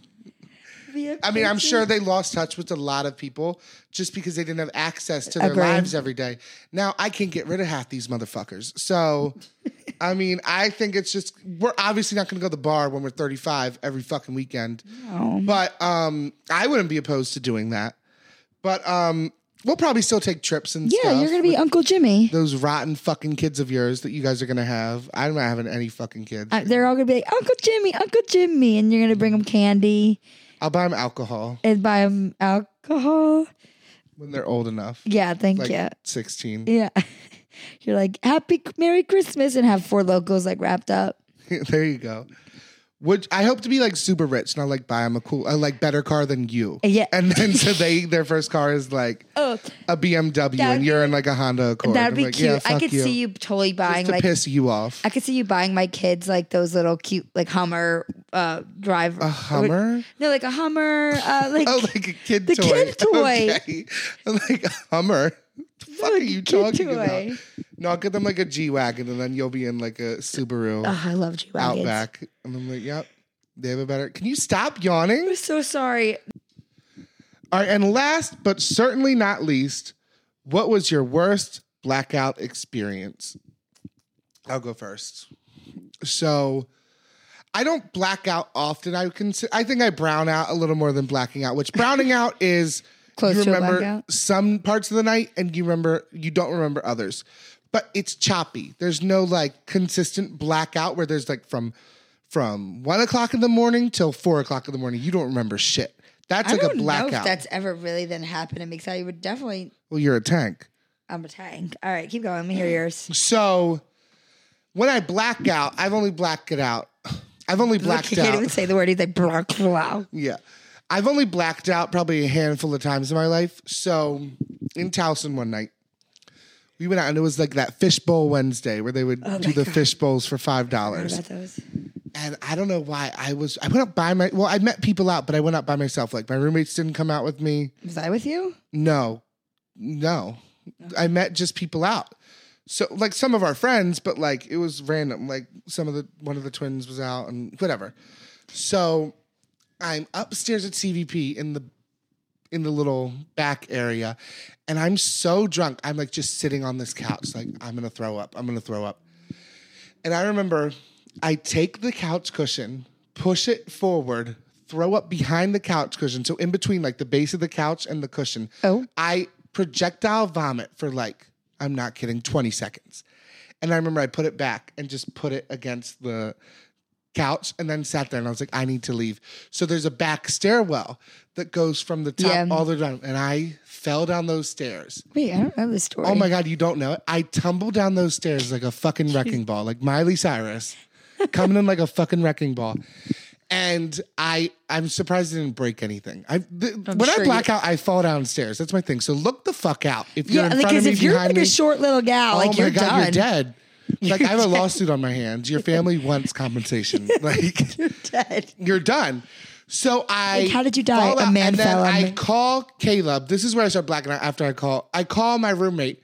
S2: I mean, I'm sure they lost touch with a lot of people just because they didn't have access to their
S1: Agree.
S2: lives every day. Now I can't get rid of half these motherfuckers. So I mean, I think it's just we're obviously not gonna go to the bar when we're 35 every fucking weekend.
S1: Oh.
S2: But um, I wouldn't be opposed to doing that. But um, we'll probably still take trips and
S1: Yeah,
S2: stuff.
S1: you're gonna be
S2: with
S1: Uncle Jimmy.
S2: those rotten fucking kids of yours that you guys are gonna have. I'm not having any fucking kids.
S1: Uh, they're all gonna be like Uncle Jimmy, Uncle Jimmy, and you're gonna bring them candy
S2: I'll buy them alcohol
S1: and buy them alcohol.
S2: when they're old enough,
S1: Yeah, thank
S2: like
S1: you.
S2: 16.
S1: Yeah, you're like Happy Merry Christmas and have four locals like wrapped up.
S2: there you go. Would I hope to be like super rich and I'll like buy them a cool, a like better car than you.
S1: Yeah.
S2: And then so they their first car is like
S1: Oh,
S2: a BMW
S1: That'd
S2: and you're in like a Honda Accord.
S1: that'd
S2: I'm
S1: be
S2: like,
S1: cute.
S2: yeah,
S1: I
S2: fuck
S1: could see you totally buying
S2: Just to
S1: like
S2: piss you off.
S1: I could see you buying my kids like those little cute like Hummer uh driver.
S2: A Hummer.
S1: No, like a Hummer, uh, like
S2: Oh, like a kid
S1: The
S2: toy.
S1: kid toy.
S2: Okay. I'm like a Hummer. The fuck are
S1: like a
S2: you
S1: kid
S2: talking
S1: toy.
S2: about? No, I'll get them like a G wagon, and then you'll be in like a Subaru
S1: Oh, I love you, Wagons.
S2: Outback, and I'm like, yep, they have a better. Can you stop yawning?
S1: I'm so sorry.
S2: All right, and last but certainly not least, what was your worst blackout experience? I'll go first. So, I don't black out often. I can. I think I brown out a little more than blacking out. Which browning out is
S1: Close
S2: you
S1: to a
S2: remember
S1: blackout?
S2: some parts of the night and you remember you don't remember others, but it's choppy. There's no like consistent blackout where there's like from from one o'clock in the morning till four o'clock in the morning. You don't remember shit. That's
S1: I
S2: like
S1: don't
S2: a
S1: know if
S2: blackout.
S1: that's ever really then happened to me. So you would definitely.
S2: well, you're a tank.
S1: I'm a tank. All right, keep going. Let me
S2: Mm.
S1: hear yours.
S2: So when I black out, I've only blacked it out. I've only
S1: Look,
S2: blacked
S1: he
S2: out.
S1: can't even say the word. He's like blah blah.
S2: Yeah. I've only blacked out probably a handful of times in my life. So in Towson one night, we went out and it was like that fishbowl Wednesday where they would do
S1: Oh my
S2: the
S1: God.
S2: fish bowls for five
S1: What
S2: dollars.
S1: about those?
S2: And I don't know why I was I went out by my well, I met people out, but I went out by myself. Like my roommates didn't come out with me.
S1: Was I with you?
S2: No, no. I met just people out. So like some of our friends, but like it was random. Like some of the one of the twins was out and whatever. So I'm upstairs at CVP in the in the little back area, and I'm so drunk. I'm like just sitting on this couch, like I'm gonna throw up. I'm gonna throw up. And I remember I take the couch cushion, push it forward, throw up behind the couch cushion. So in between like the base of the couch and the cushion.
S1: Oh.
S2: I projectile vomit for like, I'm not kidding, 20 seconds. And I remember I put it back and just put it against the couch and then sat there and I was like, I need to leave. So there's a back stairwell that goes from the top
S1: Yeah.
S2: all the way down. And I fell down those stairs.
S1: Wait, I don't know this story.
S2: Oh my God, you don't know it. I tumbled down those stairs like a fucking wrecking ball, like Miley Cyrus coming in like a fucking wrecking ball. And I, I'm surprised it didn't break anything. I, th- when
S1: sure
S2: I
S1: you-
S2: black out, I fall downstairs. That's my thing. So look the fuck out. If you're
S1: Yeah,
S2: in front of
S1: because
S2: me,
S1: if you're
S2: behind
S1: like a
S2: me,
S1: short little gal, like
S2: oh
S1: you're
S2: my god,
S1: done.
S2: you're dead. Like I have a lawsuit on my hands. Your family wants compensation. Like
S1: dead.
S2: you're done. So I
S1: Like, how did you die?
S2: fall
S1: A
S2: out,
S1: man
S2: and then
S1: fell on
S2: I
S1: me.
S2: call Caleb. This is where I start blacking out after I call. I call my roommate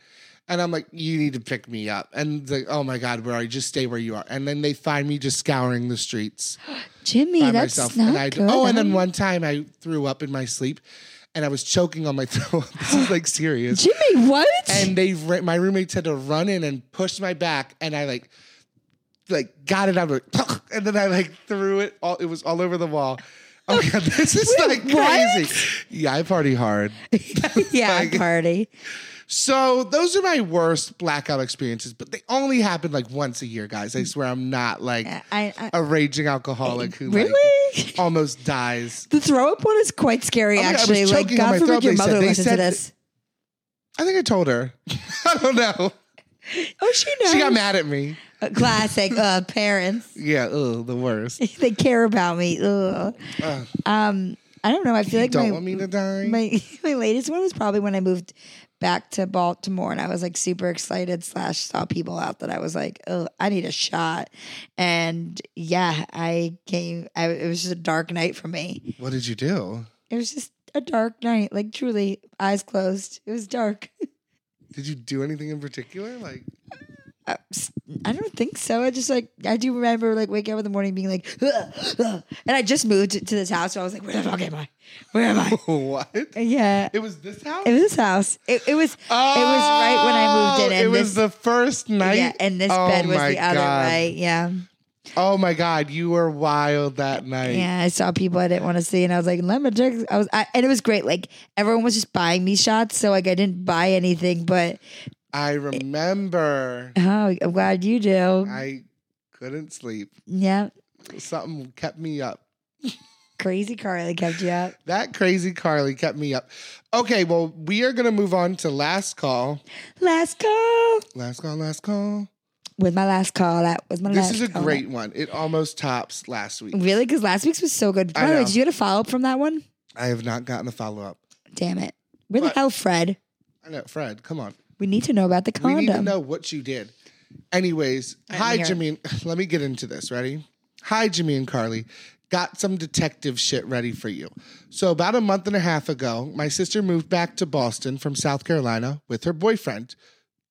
S2: and I'm like, you need to pick me up. And it's like, oh my God, where are you? Just stay where you are. And then they find me just scouring the streets
S1: Jimmy,
S2: by
S1: that's
S2: myself.
S1: not
S2: and I
S1: good.
S2: oh, and
S1: I
S2: then one time I threw up in my sleep and I was choking on my throat. this is like serious.
S1: Jimmy, what?
S2: and they ra- my roommates had to run in and push my back and i like like got it out of it and then i like threw it all it was all over the wall Oh my god, this is like
S1: what?
S2: crazy. Yeah, I party hard.
S1: yeah, party.
S2: So those are my worst blackout experiences, but they only happen like once a year, guys. I swear I'm not like
S1: I, I,
S2: a raging alcoholic who like,
S1: Really?
S2: almost dies.
S1: the throw up one is quite scary,
S2: Oh my God, I was
S1: actually. like,
S2: choking on my
S1: God
S2: throat,
S1: forbid your
S2: they said-
S1: mother
S2: they
S1: listens to
S2: said-
S1: this.
S2: I think I told her. I don't know.
S1: Oh, she knows.
S2: She got mad at me.
S1: Uh, Classic uh, parents.
S2: Yeah, ugh, the worst.
S1: they care about me. Ugh.
S2: Ugh.
S1: Um, I don't know. I feel like
S2: Uh, don't
S1: my,
S2: want me to die.
S1: my my latest one was probably when I moved back to Baltimore and I was like super excited slash saw people out that I was like, oh, I need a shot. And yeah, I came I, it was just a dark night for me.
S2: what did you do?
S1: It was just a dark night, like truly, eyes closed. It was dark.
S2: Did you do anything in particular? Like
S1: I, Uh, s- I don't think so. I just like I do remember like waking up in the morning being like, "Ugh, ugh." and I just moved to this house, so I was like, where the fuck am I? Where am I?
S2: what?
S1: yeah,
S2: It was this house?
S1: it was this house. It, it was it was right when I moved in.
S2: Oh,
S1: And
S2: it was
S1: this,
S2: the first night.
S1: yeah, and this
S2: Oh
S1: bed was
S2: my
S1: the other
S2: God.
S1: way. Yeah,
S2: Oh my god, you were wild that night.
S1: yeah. I saw people I didn't want to see, and I was like, "Let me check." I was, I, and it was great. Like everyone was just buying me shots, so like I didn't buy anything. But
S2: I remember.
S1: oh, I'm glad you do.
S2: I couldn't sleep.
S1: yeah,
S2: Something kept me up.
S1: crazy Carly kept you up.
S2: That crazy Carly kept me up. Okay, well, we are gonna move on to last call.
S1: Last call
S2: Last call, last call.
S1: with my last call. That was my
S2: This
S1: last.
S2: is a
S1: call.
S2: great one. It almost tops last week.
S1: Really, because last week's was so good.
S2: I
S1: By the way,
S2: know.
S1: did you get a follow up from that one?
S2: I have not gotten a follow up.
S1: Damn it! Where the
S2: What?
S1: hell, Fred?
S2: I know, Fred, come on.
S1: We need to know about the condom.
S2: We need to know what you did. Anyways,
S1: All right,
S2: hi
S1: let me hear
S2: Jimmy. and- Let me get into this. Ready? Hi Jimmy and Carly. Got some detective shit ready for you. So about a month and a half ago, my sister moved back to Boston from South Carolina with her boyfriend,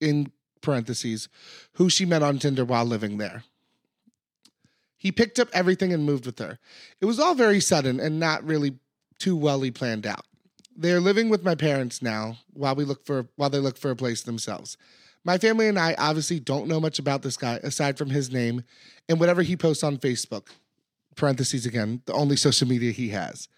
S2: in parentheses, who she met on Tinder while living there. He picked up everything and moved with her. It was all very sudden and not really too welly planned out. They are living with my parents now while we look for while they look for a place themselves. My family and I obviously don't know much about this guy aside from his name and whatever he posts on Facebook. Parentheses again, the only social media he has.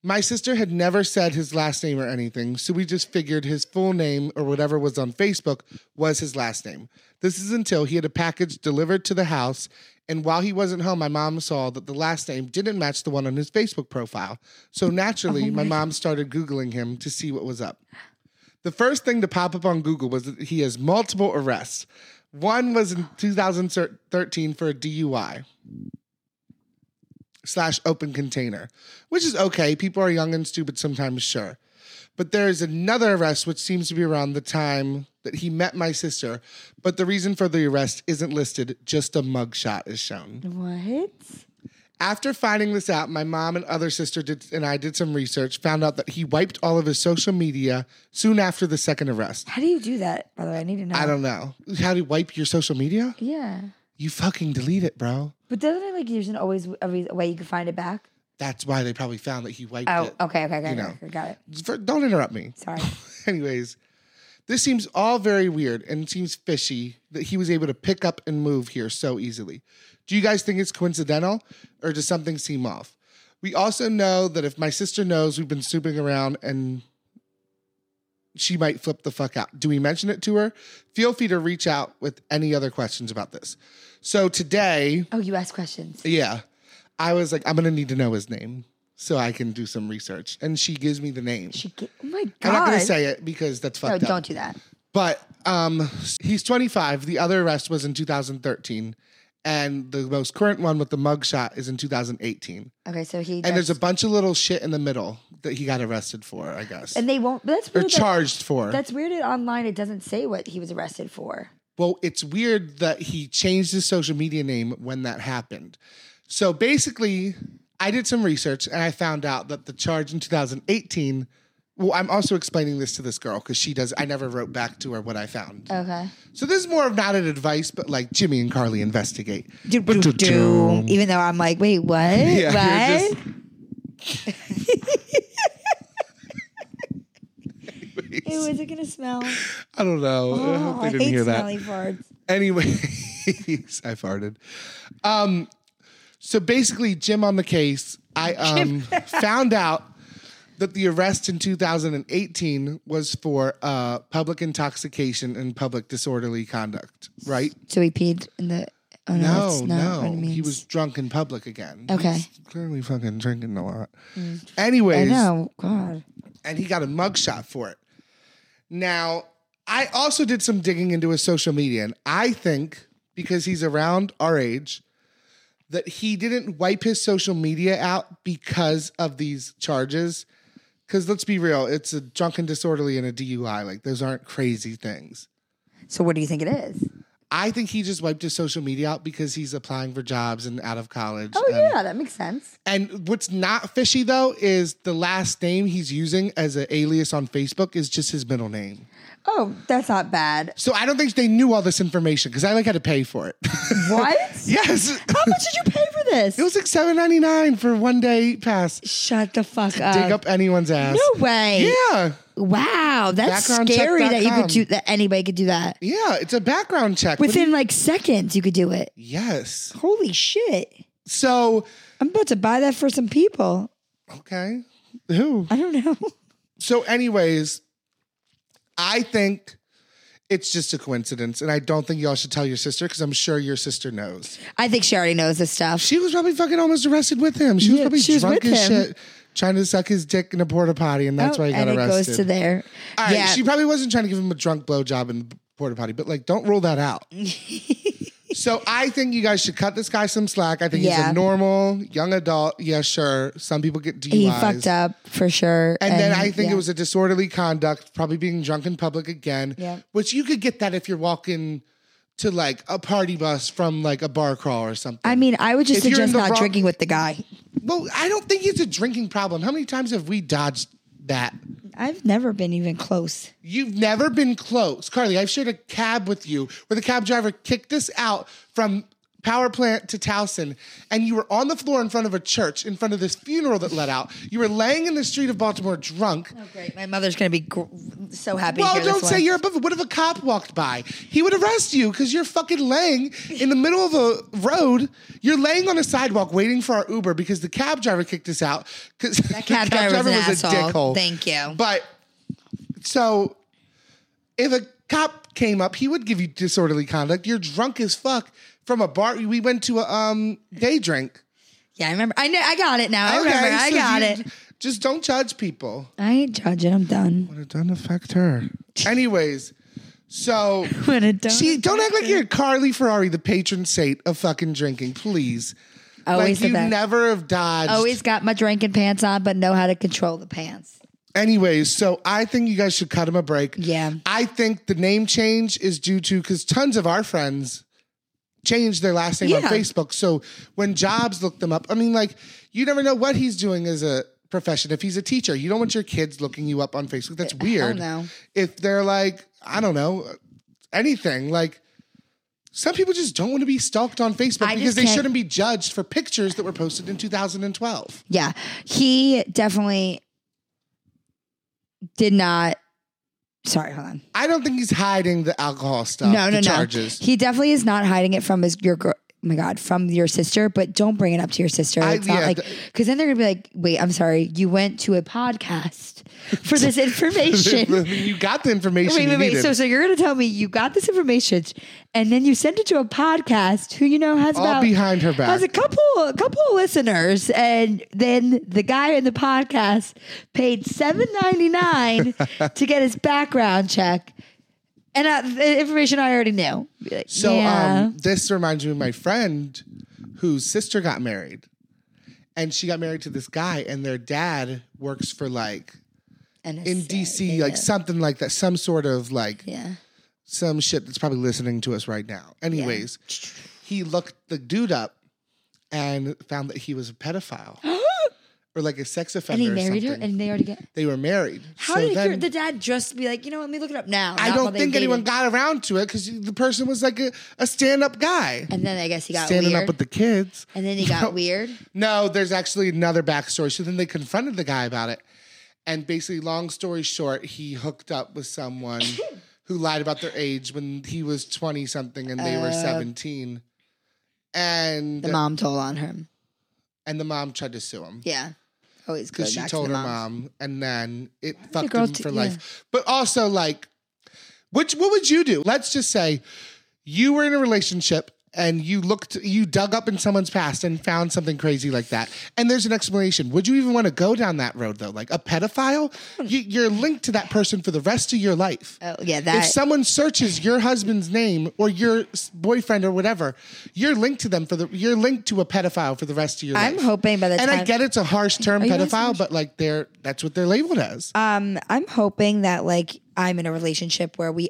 S2: My sister had never said his last name or anything, so we just figured his full name or whatever was on Facebook was his last name. This is until he had a package delivered to the house, and while he wasn't home, my mom saw that the last name didn't match the one on his Facebook profile. So naturally, my mom started Googling him to see what was up. The first thing to pop up on Google was that he has multiple arrests. One was in 2013 for a DUI slash open container, which is okay. People are young and stupid sometimes, sure. But there is another arrest which seems to be around the time that he met my sister, but the reason for the arrest isn't listed, just a mugshot is shown.
S1: What?
S2: After finding this out, my mom and other sister did, and I did some research, found out that he wiped all of his social media soon after the second arrest.
S1: How do you do that? By the way, I need to know.
S2: I don't know. How do you wipe your social media?
S1: Yeah.
S2: You fucking delete it, bro.
S1: But doesn't it like there's an always a re- a way you can find it back?
S2: That's why they probably found that he wiped
S1: Oh,
S2: it.
S1: okay, okay, okay,
S2: you
S1: okay, got it.
S2: For- don't interrupt me.
S1: Sorry.
S2: Anyways, this seems all very weird and seems fishy that he was able to pick up and move here so easily. Do you guys think it's coincidental or does something seem off? We also know that if my sister knows we've been snooping around and she might flip the fuck out. Do we mention it to her? Feel free to reach out with any other questions about this. So today,
S1: Oh, you asked questions.
S2: yeah. I was like, I'm gonna need to know his name so I can do some research. And she gives me the name.
S1: She get, oh my god.
S2: I'm not gonna say it because that's
S1: No,
S2: fucked up.
S1: don't do that.
S2: But um, he's 25. The other arrest was in 2013. And the most current one with the mugshot is in 2018.
S1: Okay, so he
S2: And there's
S1: just-
S2: a bunch of little shit in the middle that he got arrested for, I guess.
S1: and they won't. But that's
S2: or
S1: weird. that-
S2: charged for.
S1: that's weird. That online it doesn't say what he was arrested for.
S2: Well, it's weird that he changed his social media name when that happened. So basically, I did some research and I found out that the charge in 2018. Well, I'm also explaining this to this girl because she does. I never wrote back to her what I found.
S1: Okay,
S2: So this is more of not an advice, but like Jimmy and Carly investigate.
S1: do, do, do, do. even though I'm like, wait, what?
S2: Yeah,
S1: what?
S2: you're
S1: Ew, is it gonna smell?
S2: I don't know. I
S1: Oh,
S2: hope
S1: I
S2: they didn't
S1: hate
S2: hear that.
S1: smelly farts.
S2: Anyways, I farted. Um, So basically, Jim on the case, I um, found out that the arrest in 2018 was for uh, public intoxication and public disorderly conduct, right?
S1: So he peed in the. Oh, no,
S2: No,
S1: that's not
S2: no.
S1: What it
S2: He
S1: means.
S2: was drunk in public again.
S1: Okay. Mm.
S2: He's clearly fucking drinking a lot.
S1: I
S2: Anyways,
S1: know. God.
S2: and he got a mugshot for it. Now, I also did some digging into his social media, and I think because he's around our age, that he didn't wipe his social media out because of these charges. Because let's be real, it's a drunken disorderly and a DUI. Like, those aren't crazy things.
S1: So what do you think it is?
S2: I think he just wiped his social media out because he's applying for jobs and out of college.
S1: Oh
S2: and-
S1: yeah, that makes sense.
S2: and what's not fishy though is the last name he's using as an alias on Facebook is just his middle name.
S1: Oh, that's not bad.
S2: So I don't think they knew all this information because I like had to pay for it.
S1: What?
S2: yes,
S1: How much did you pay for this?
S2: it was like seven ninety nine for one day pass.
S1: Shut the fuck up.
S2: Dig up anyone's ass.
S1: No way.
S2: Yeah,
S1: Wow, that's
S2: Backgroundcheck.com.
S1: scary that you could do that. Anybody could do that
S2: yeah. It's a background check. What do you-
S1: within like seconds. You could do it.
S2: yes.
S1: Holy shit!
S2: So
S1: I'm about to buy that for some people.
S2: okay, who?
S1: I don't know.
S2: So, anyways, I think it's just a coincidence, and I don't think y'all should tell your sister because I'm sure your sister knows.
S1: I think she already knows this stuff.
S2: She was probably fucking almost arrested with him. She was
S1: Yeah,
S2: probably
S1: she was
S2: drunk
S1: with
S2: as
S1: him.
S2: shit, trying to suck his dick in a porta potty, and that's
S1: Oh,
S2: why he got
S1: and
S2: arrested.
S1: it goes to there.
S2: All right,
S1: yeah,
S2: she probably wasn't trying to give him a drunk blowjob in the porta potty, but like, don't rule that out. so I think you guys should cut this guy some slack. I think he's
S1: Yeah.
S2: a normal young adult. Yeah, sure. Some people get DUIs.
S1: he fucked up for sure.
S2: And, then I think
S1: yeah.
S2: it was a disorderly conduct, probably being drunk in public again.
S1: Yeah.
S2: Which you could get that if you're walking to like a party bus from like a bar crawl or something.
S1: I mean, I would just
S2: If you're in
S1: suggest
S2: the
S1: not
S2: wrong-
S1: drinking with the guy.
S2: Well, I don't think it's a drinking problem. How many times have we dodged that?
S1: I've never been even close.
S2: You've never been close. Carly, I've shared a cab with you where the cab driver kicked us out from power plant to Towson, and you were on the floor in front of a church, in front of this funeral that let out. You were laying in the street of Baltimore drunk.
S1: Oh, great. My mother's going to be gr- so happy to
S2: Well,
S1: hear
S2: don't
S1: this
S2: say
S1: one.
S2: you're above. it. What if a cop walked by? He would arrest you because you're fucking laying in the middle of a road. You're laying on a sidewalk waiting for our Uber because the cab driver kicked us out. Because that
S1: cab driver was an asshole. Thank you.
S2: But so if a cop came up, he would give you disorderly conduct. You're drunk as fuck from a bar. We went to a um day drink.
S1: Yeah, I remember. I know. I got it now. I remember. I
S2: so
S1: got
S2: you-
S1: it.
S2: Just don't judge people.
S1: I ain't judging. I'm done.
S2: But it doesn't affect her. Anyways, so
S1: When it done,
S2: she don't act like you're Carly Ferrari, the patron saint of fucking drinking, please.
S1: Always
S2: like
S1: said
S2: you
S1: that.
S2: never have dodged.
S1: Always got my drinking pants on, but know how to control the pants.
S2: Anyways, so I think you guys should cut him a break.
S1: Yeah.
S2: I think the name change is due to because tons of our friends change their last name on
S1: Yeah.
S2: Facebook. So when jobs look them up, I mean, like, you never know what he's doing as a profession. If he's a teacher, you don't want your kids looking you up on Facebook. That's weird.
S1: no.
S2: If they're like, I don't know, anything, like, some people just don't want to be stalked on Facebook
S1: I
S2: because
S1: just
S2: they
S1: can't-
S2: shouldn't be judged for pictures that were posted in 2012.
S1: Yeah, he definitely did not. Sorry, hold on.
S2: I don't think he's hiding the alcohol stuff.
S1: no,
S2: the
S1: no, no.
S2: charges.
S1: He definitely is not hiding it from his your girl. Oh my God, from your sister, but don't bring it up to your sister.
S2: I-
S1: It's not
S2: yeah,
S1: like
S2: th-
S1: because then they're gonna be like, "Wait, I'm sorry, you went to a podcast for this information."
S2: you got the information.
S1: wait,
S2: you
S1: wait, wait.
S2: needed.
S1: So, so you're gonna tell me you got this information, and then you sent it to a podcast who you know has
S2: All
S1: about
S2: behind her back.
S1: has a couple a couple of listeners, and then the guy in the podcast paid seven ninety nine to get his background check, and uh, the information I already knew.
S2: So,
S1: Yeah.
S2: um, this reminds me of my friend whose sister got married, and she got married to this guy, and their dad works for like
S1: And
S2: in
S1: it's-
S2: DC, like something like that, some sort of like
S1: yeah,
S2: some shit that's probably listening to us right now. Anyways, he looked the dude up and found that he was a pedophile or like a sex
S1: and
S2: offender.
S1: he
S2: or
S1: married her,
S2: something.
S1: and they already get.
S2: they were married.
S1: How
S2: So
S1: did your,
S2: then-
S1: the dad just be like, you know, let me look it up now?
S2: I
S1: not while
S2: don't
S1: they
S2: think
S1: dated.
S2: anyone got around to it because the person was like a, a stand up guy.
S1: And then I guess he got
S2: Standing
S1: weird.
S2: up with the kids.
S1: and then he got weird.
S2: No, there's actually another backstory. So then they confronted the guy about it. And basically, long story short, he hooked up with someone who lied about their age when he was 20 something and they were 17. and
S1: Uh, The mom told on him.
S2: and the mom tried to sue him
S1: Yeah. Always good.
S2: because she
S1: back to
S2: told
S1: the
S2: her
S1: moms.
S2: mom, and then it fucked
S1: girl
S2: him
S1: t-
S2: for
S1: yeah.
S2: life. But also, like, which what would you do? Let's just say you were in a relationship and you looked, you dug up in someone's past and found something crazy like that, and there's an explanation. Would you even want to go down that road though? Like a pedophile,
S1: Hmm.
S2: you, you're linked to that person for the rest of your life.
S1: Oh, yeah,
S2: If
S1: that.
S2: someone searches your husband's name or your s- boyfriend or whatever, you're linked to them for the you're linked to a pedophile for the rest of your
S1: I'm
S2: life.
S1: hoping by the
S2: And
S1: time
S2: I get it's a harsh term,
S1: Are you asking
S2: pedophile, but like they're that's what they're labeled as.
S1: Um, I'm hoping that like I'm in a relationship where we,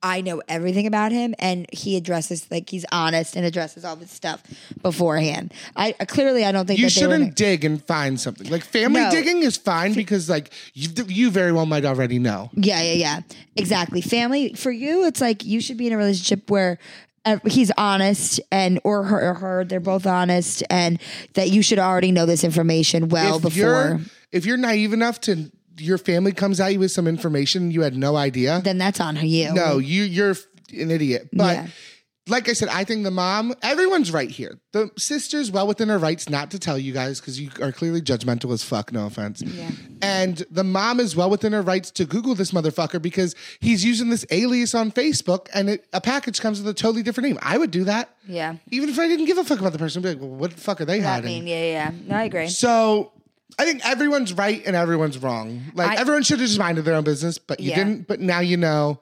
S1: I know everything about him, and he addresses like he's honest and addresses all this stuff beforehand. I clearly I don't think
S2: you
S1: that they were-
S2: shouldn't dig and find something. Like family
S1: No.
S2: digging is fine because like you, you very well might already know.
S1: Yeah, yeah, yeah. Exactly. Family for you, it's like you should be in a relationship where uh, he's honest and or her, or her, they're both honest, and that you should already know this information well
S2: if
S1: before.
S2: you're if you're naive enough to your family comes at you with some information you had no idea.
S1: Then that's on you.
S2: no, you you're f- an idiot. But
S1: Mm-hmm. Yeah.
S2: like I said, I think the mom, everyone's right here. The sister's well within her rights not to tell you guys because you are clearly judgmental as fuck. No offense.
S1: Yeah.
S2: And the mom is well within her rights to Google this motherfucker because he's using this alias on Facebook and it, a package comes with a totally different name. I would do that.
S1: Yeah.
S2: Even if I didn't give a fuck about the person, I'd be like, well, what the fuck are they
S1: I
S2: hiding?
S1: mean, yeah, yeah. No, I agree.
S2: So I think everyone's right and everyone's wrong. Like
S1: I-
S2: everyone should have just minded their own business, but you
S1: Yeah.
S2: didn't. But now you know.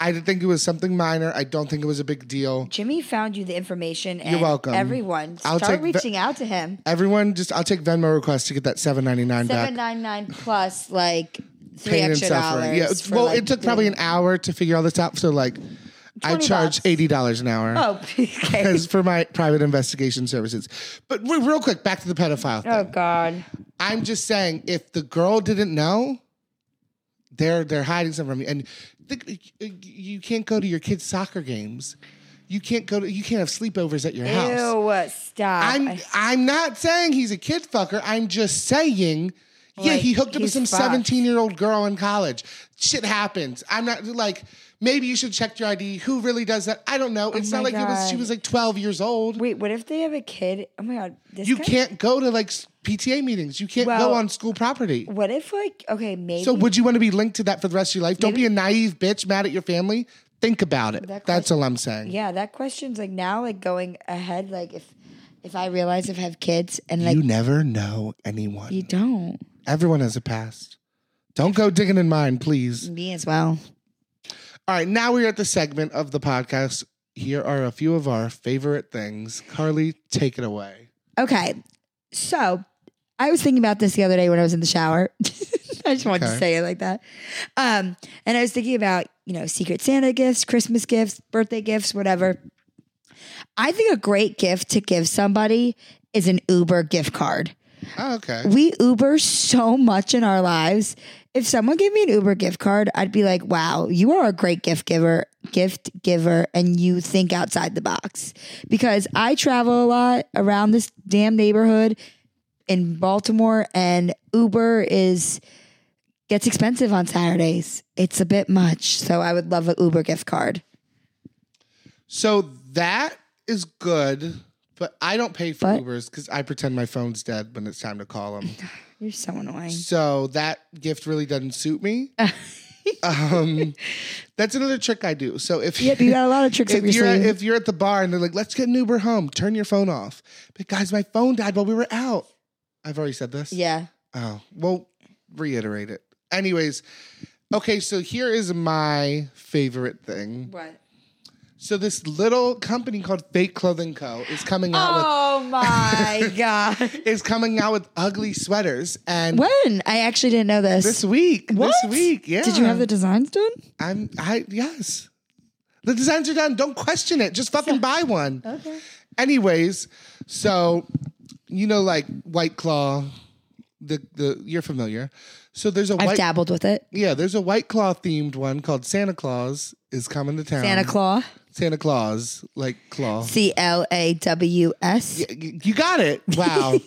S2: I did think it was something minor. I don't think it was a big deal.
S1: Jimmy found you the information. And
S2: welcome.
S1: Everyone,
S2: I'll
S1: start
S2: take the-
S1: reaching out to him.
S2: Everyone, just I'll take Venmo requests to get that seven ninety nine
S1: Seven
S2: back.
S1: nine nine plus like three extra dollars.
S2: Yeah.
S1: for,
S2: Well,
S1: like,
S2: it took
S1: the-
S2: probably an hour to figure all this out. So like, I
S1: 20
S2: charge
S1: bucks.
S2: eighty dollars an hour.
S1: Oh, okay.
S2: As for my private investigation services. But re- real quick, back to the pedophile thing.
S1: Oh God.
S2: I'm just saying, if the girl didn't know, they're they're hiding something from you, and the, you can't go to your kids' soccer games. You can't go to. You can't have sleepovers at your house.
S1: Ew! Stop.
S2: I'm I'm not saying he's a kid fucker. I'm just saying. yeah,
S1: Like,
S2: he hooked up
S1: he's
S2: with some
S1: fucked.
S2: 17 year old girl in college. Shit happens. I'm not like, maybe you should check your ID. Who really does that? I don't know. It's
S1: Oh my
S2: not like it was, she
S1: God.
S2: was like 12 years old.
S1: Wait, what if they have a kid? Oh my god, this
S2: you
S1: guy-
S2: can't go to like PTA meetings. You can't
S1: Well-
S2: go on school property.
S1: What if like okay, maybe
S2: So would you want to be linked to that for the rest of your life? Don't be a naive bitch mad at your family. Think about it.
S1: That
S2: That's all I'm saying.
S1: yeah, that question's like now like going ahead. Like if if I realize if I have kids and like
S2: you
S1: you,
S2: never know anyone.
S1: don't
S2: Everyone has a past. Don't go digging in mine, please.
S1: me as well.
S2: All right, now we're at the segment of the podcast. Here are a few of our favorite things. Carly, take it away.
S1: Okay, so I was thinking about this the other day when I was in the shower. I just wanted
S2: Okay.
S1: to say it like that. Um, and I was thinking about you know Secret Santa gifts, Christmas gifts, birthday gifts, whatever. I think a great gift to give somebody is an Uber gift card.
S2: Oh, okay.
S1: we Uber so much in our lives. If someone gave me an Uber gift card, I'd be like, "Wow, you are a great gift giver, gift giver, and you think outside the box." Because I travel a lot around this damn neighborhood in Baltimore, and Uber is gets expensive on Saturdays. It's a bit much, so I would love an Uber gift card.
S2: So that is good, but I don't pay for
S1: But-
S2: Ubers because I pretend my phone's dead when it's time to call them.
S1: You're so annoying.
S2: So that gift really doesn't suit me. um, that's another trick I do. So if
S1: Yep, you got a lot of tricks up
S2: if
S1: your
S2: you're
S1: sleeve.
S2: if you're at the bar and they're like, "Let's get an Uber home," turn your phone off. But guys, my phone died while we were out. I've already said this.
S1: yeah.
S2: Oh, well, reiterate it. Anyways, okay. So here is my favorite thing.
S1: What?
S2: So this little company called Fake Clothing Co. is coming out with
S1: Oh my god.
S2: is coming out with ugly sweaters and
S1: When? I actually didn't know this.
S2: this week.
S1: What?
S2: This week, yeah.
S1: Did you have the designs done?
S2: I'm I yes. The designs are done. Don't question it. Just fucking buy one.
S1: Okay.
S2: Anyways, so you know, like White Claw, the the you're familiar. So there's a
S1: I've
S2: white
S1: dabbled with it.
S2: yeah, there's a White Claw themed one called Santa Claus is coming to town.
S1: Santa Claus.
S2: Santa Claus, like claw.
S1: C L A W S.
S2: Y- You got it. Wow.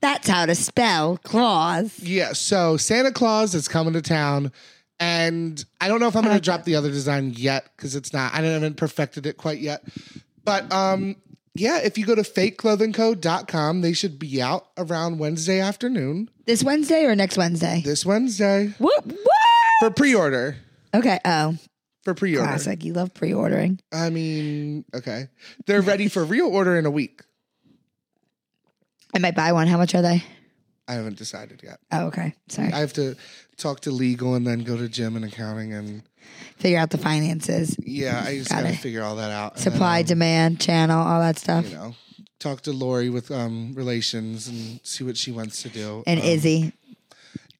S1: That's how to spell claws.
S2: yeah. So Santa Claus is coming to town. And I don't know if I'm going to drop the other design yet because it's not, I haven't perfected it quite yet. But um, yeah, if you go to fakeclothingco.com, they should be out around Wednesday afternoon,
S1: This Wednesday or next Wednesday?
S2: this Wednesday,
S1: What? What?
S2: for pre order.
S1: Okay. Oh,
S2: For pre order.
S1: classic. You love pre-ordering.
S2: I mean, okay. They're ready for real order in a week.
S1: I might buy one. How much are they?
S2: I haven't decided yet.
S1: Oh, okay. Sorry.
S2: I have to talk to legal and then go to gym and accounting and
S1: Figure out the finances,
S2: yeah, I just
S1: Got
S2: gotta
S1: it.
S2: figure all that out. And then,
S1: supply,
S2: um,
S1: demand, channel, all that stuff.
S2: you know, talk to Lori with um relations and see what she wants to do.
S1: and
S2: Um,
S1: Izzy.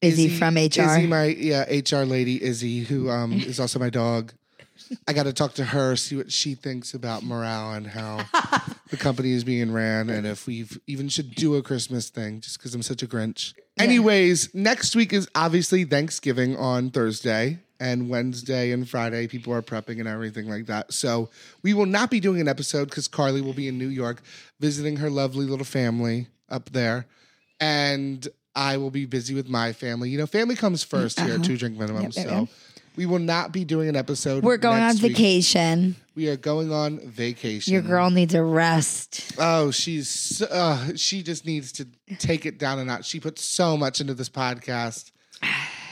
S1: Izzy, from HR.
S2: Izzy, my yeah, HR lady Izzy, who um is also my dog. I got to talk to her, see what she thinks about morale and how the company is being ran, and if we've even should do a Christmas thing, just because I'm such a Grinch. Anyways, next week is obviously Thanksgiving on Thursday. And Wednesday and Friday, people are prepping and everything like that. So we will not be doing an episode because Carly will be in New York visiting her lovely little family up there. And I will be busy with my family. You know, family comes 1st here at Two Drink Minimum.
S1: Uh-huh. Yep, yep,
S2: so we will not be doing an episode.
S1: We're going
S2: next
S1: on
S2: week.
S1: vacation.
S2: We are going on vacation.
S1: Your girl needs a rest.
S2: Oh, she's so- uh, she just needs to take it down a notch. She puts so much into this podcast.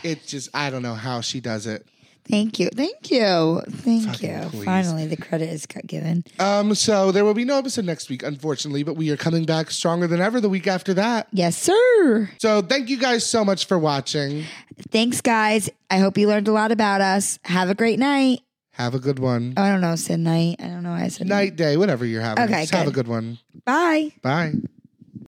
S2: It just I don't know how she does it.
S1: Thank you. Thank you. Thank you.
S2: please.
S1: Finally, the credit is cut given.
S2: Um, so there will be no episode next week, unfortunately, but we are coming back stronger than ever the week after that.
S1: Yes, sir.
S2: So thank you guys so much for watching.
S1: Thanks, guys. I hope you learned a lot about us. Have a great night.
S2: Have a good one.
S1: Oh, I don't know. Said night. I don't know. why I said night.
S2: Night, day, whatever you're having.
S1: Okay,
S2: Just have a
S1: good.
S2: good one.
S1: Bye.
S2: Bye.